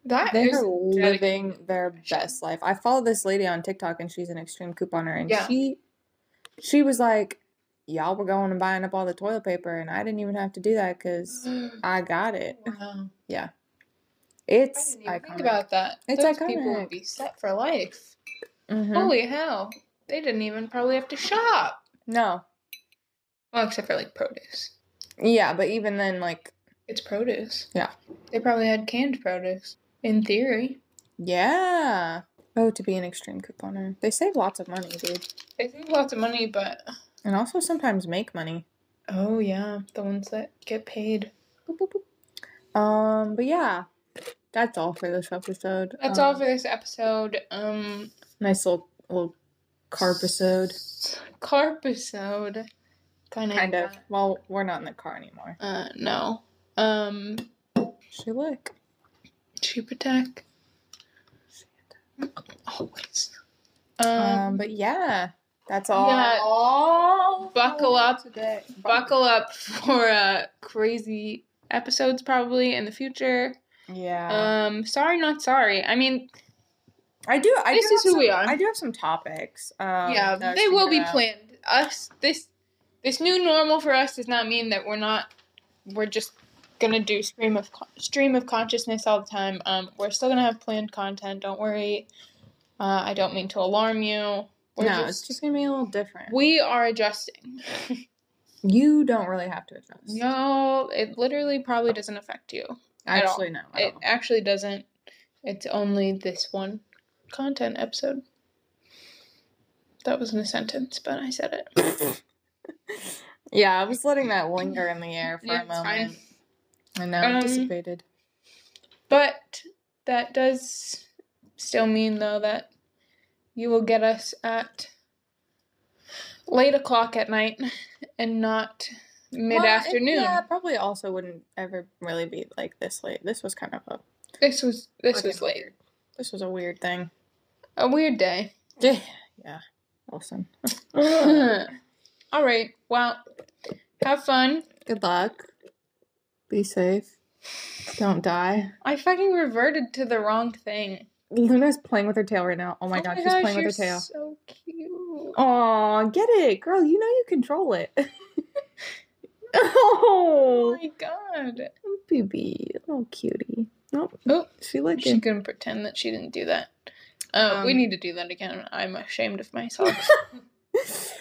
[SPEAKER 2] That
[SPEAKER 1] they're
[SPEAKER 2] is-
[SPEAKER 1] living their best life. I follow this lady on TikTok and she's an extreme couponer and
[SPEAKER 2] Yeah.
[SPEAKER 1] she, she was like, y'all were going and buying up all the toilet paper and I didn't even have to do that because I got it.
[SPEAKER 2] wow. I
[SPEAKER 1] It's
[SPEAKER 2] didn't even
[SPEAKER 1] iconic.
[SPEAKER 2] think about that.
[SPEAKER 1] It's
[SPEAKER 2] Those people
[SPEAKER 1] iconic.
[SPEAKER 2] would be set for life.
[SPEAKER 1] Mhm.
[SPEAKER 2] Holy hell. They didn't even probably have to shop.
[SPEAKER 1] No,
[SPEAKER 2] Well, except for like produce.
[SPEAKER 1] Yeah, but even then, like,
[SPEAKER 2] It's produce.
[SPEAKER 1] Yeah.
[SPEAKER 2] They probably had canned produce. In theory.
[SPEAKER 1] yeah. Oh, to be an extreme couponer. They save lots of money, dude.
[SPEAKER 2] They save lots of money, but
[SPEAKER 1] And also sometimes make money.
[SPEAKER 2] oh yeah, the ones that get paid.
[SPEAKER 1] Boop, boop, boop. Um, but yeah. That's all for this episode.
[SPEAKER 2] That's
[SPEAKER 1] Um,
[SPEAKER 2] all for this episode. Um
[SPEAKER 1] Nice little, little car episode.
[SPEAKER 2] Carpisode. Kinda
[SPEAKER 1] Kind of. Well, we're not in the car anymore.
[SPEAKER 2] Uh no. Um
[SPEAKER 1] She look.
[SPEAKER 2] Cheap attack. Always. Um,
[SPEAKER 1] Um, but yeah, that's all.
[SPEAKER 2] Yeah.
[SPEAKER 1] All
[SPEAKER 2] Buckle up.
[SPEAKER 1] today.
[SPEAKER 2] buckle up for uh crazy episodes probably in the future.
[SPEAKER 1] Yeah,
[SPEAKER 2] Um sorry not sorry. I mean
[SPEAKER 1] I do. I
[SPEAKER 2] this
[SPEAKER 1] do
[SPEAKER 2] is
[SPEAKER 1] have
[SPEAKER 2] who we
[SPEAKER 1] some-
[SPEAKER 2] are.
[SPEAKER 1] I do have some topics. Um,
[SPEAKER 2] yeah,
[SPEAKER 1] that I was
[SPEAKER 2] they will
[SPEAKER 1] thinking
[SPEAKER 2] be
[SPEAKER 1] about.
[SPEAKER 2] planned. Us this this new normal for us does not mean that we're not we're just gonna do stream of con- stream of consciousness all the time. Um we're still gonna have planned content, don't worry. Uh I don't mean to alarm you. We're
[SPEAKER 1] no,
[SPEAKER 2] just,
[SPEAKER 1] it's just gonna be a little different.
[SPEAKER 2] we are adjusting.
[SPEAKER 1] you don't really have to adjust.
[SPEAKER 2] No, it literally probably doesn't affect you. at all.
[SPEAKER 1] actually, no. at
[SPEAKER 2] It
[SPEAKER 1] all.
[SPEAKER 2] actually doesn't. It's only this one content episode. That wasn't a sentence, but I said it.
[SPEAKER 1] Yeah, I was letting that linger in the air for
[SPEAKER 2] Yeah,
[SPEAKER 1] a
[SPEAKER 2] it's fine.
[SPEAKER 1] moment, and now it
[SPEAKER 2] Um,
[SPEAKER 1] dissipated.
[SPEAKER 2] But that does still mean, though, that you will get us at late o'clock at night and not mid afternoon.
[SPEAKER 1] Well, it- yeah, it probably also wouldn't ever really be like this late. This was kind of a
[SPEAKER 2] This was this
[SPEAKER 1] fucking
[SPEAKER 2] was late.
[SPEAKER 1] weird- This was a weird thing.
[SPEAKER 2] A weird day.
[SPEAKER 1] Yeah, yeah. Wilson.
[SPEAKER 2] All right. Well, have fun.
[SPEAKER 1] Good luck. Be safe. Don't die.
[SPEAKER 2] I fucking reverted to the wrong thing.
[SPEAKER 1] Luna's playing with her tail right now. Oh my god, she's playing
[SPEAKER 2] you're
[SPEAKER 1] with her tail. Oh.
[SPEAKER 2] So cute.
[SPEAKER 1] Aw, get it, girl. You know you control it. oh,
[SPEAKER 2] Oh my god.
[SPEAKER 1] baby, little cutie. Nope.
[SPEAKER 2] Oh.
[SPEAKER 1] she
[SPEAKER 2] She
[SPEAKER 1] looking.
[SPEAKER 2] couldn't pretend that she didn't do that. Uh, we
[SPEAKER 1] Um,
[SPEAKER 2] need to do that again. I'm ashamed of myself.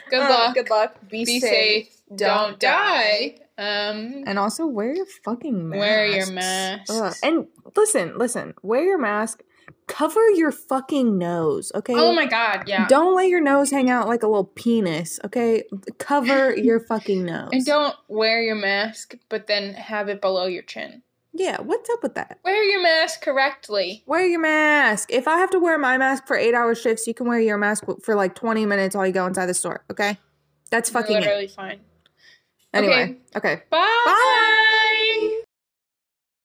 [SPEAKER 2] Good
[SPEAKER 1] Uh,
[SPEAKER 2] luck.
[SPEAKER 1] Good luck. Be,
[SPEAKER 2] Be
[SPEAKER 1] safe.
[SPEAKER 2] safe. Don't die. Um,
[SPEAKER 1] And also wear your fucking mask.
[SPEAKER 2] Wear your masks.
[SPEAKER 1] And listen, listen. Wear your mask. Cover your fucking nose, okay?
[SPEAKER 2] oh my god. Yeah.
[SPEAKER 1] Don't let your nose hang out like a little penis, okay? Cover your fucking nose.
[SPEAKER 2] and don't wear your mask, but then have it below your chin.
[SPEAKER 1] Yeah, what's up with that?
[SPEAKER 2] Wear your mask correctly.
[SPEAKER 1] Wear your mask. If I have to wear my mask for eight hour shifts, you can wear your mask for like 20 minutes while you go inside the store, okay? That's fucking it.
[SPEAKER 2] Literally fine.
[SPEAKER 1] Anyway, okay.
[SPEAKER 2] Bye.
[SPEAKER 1] Bye.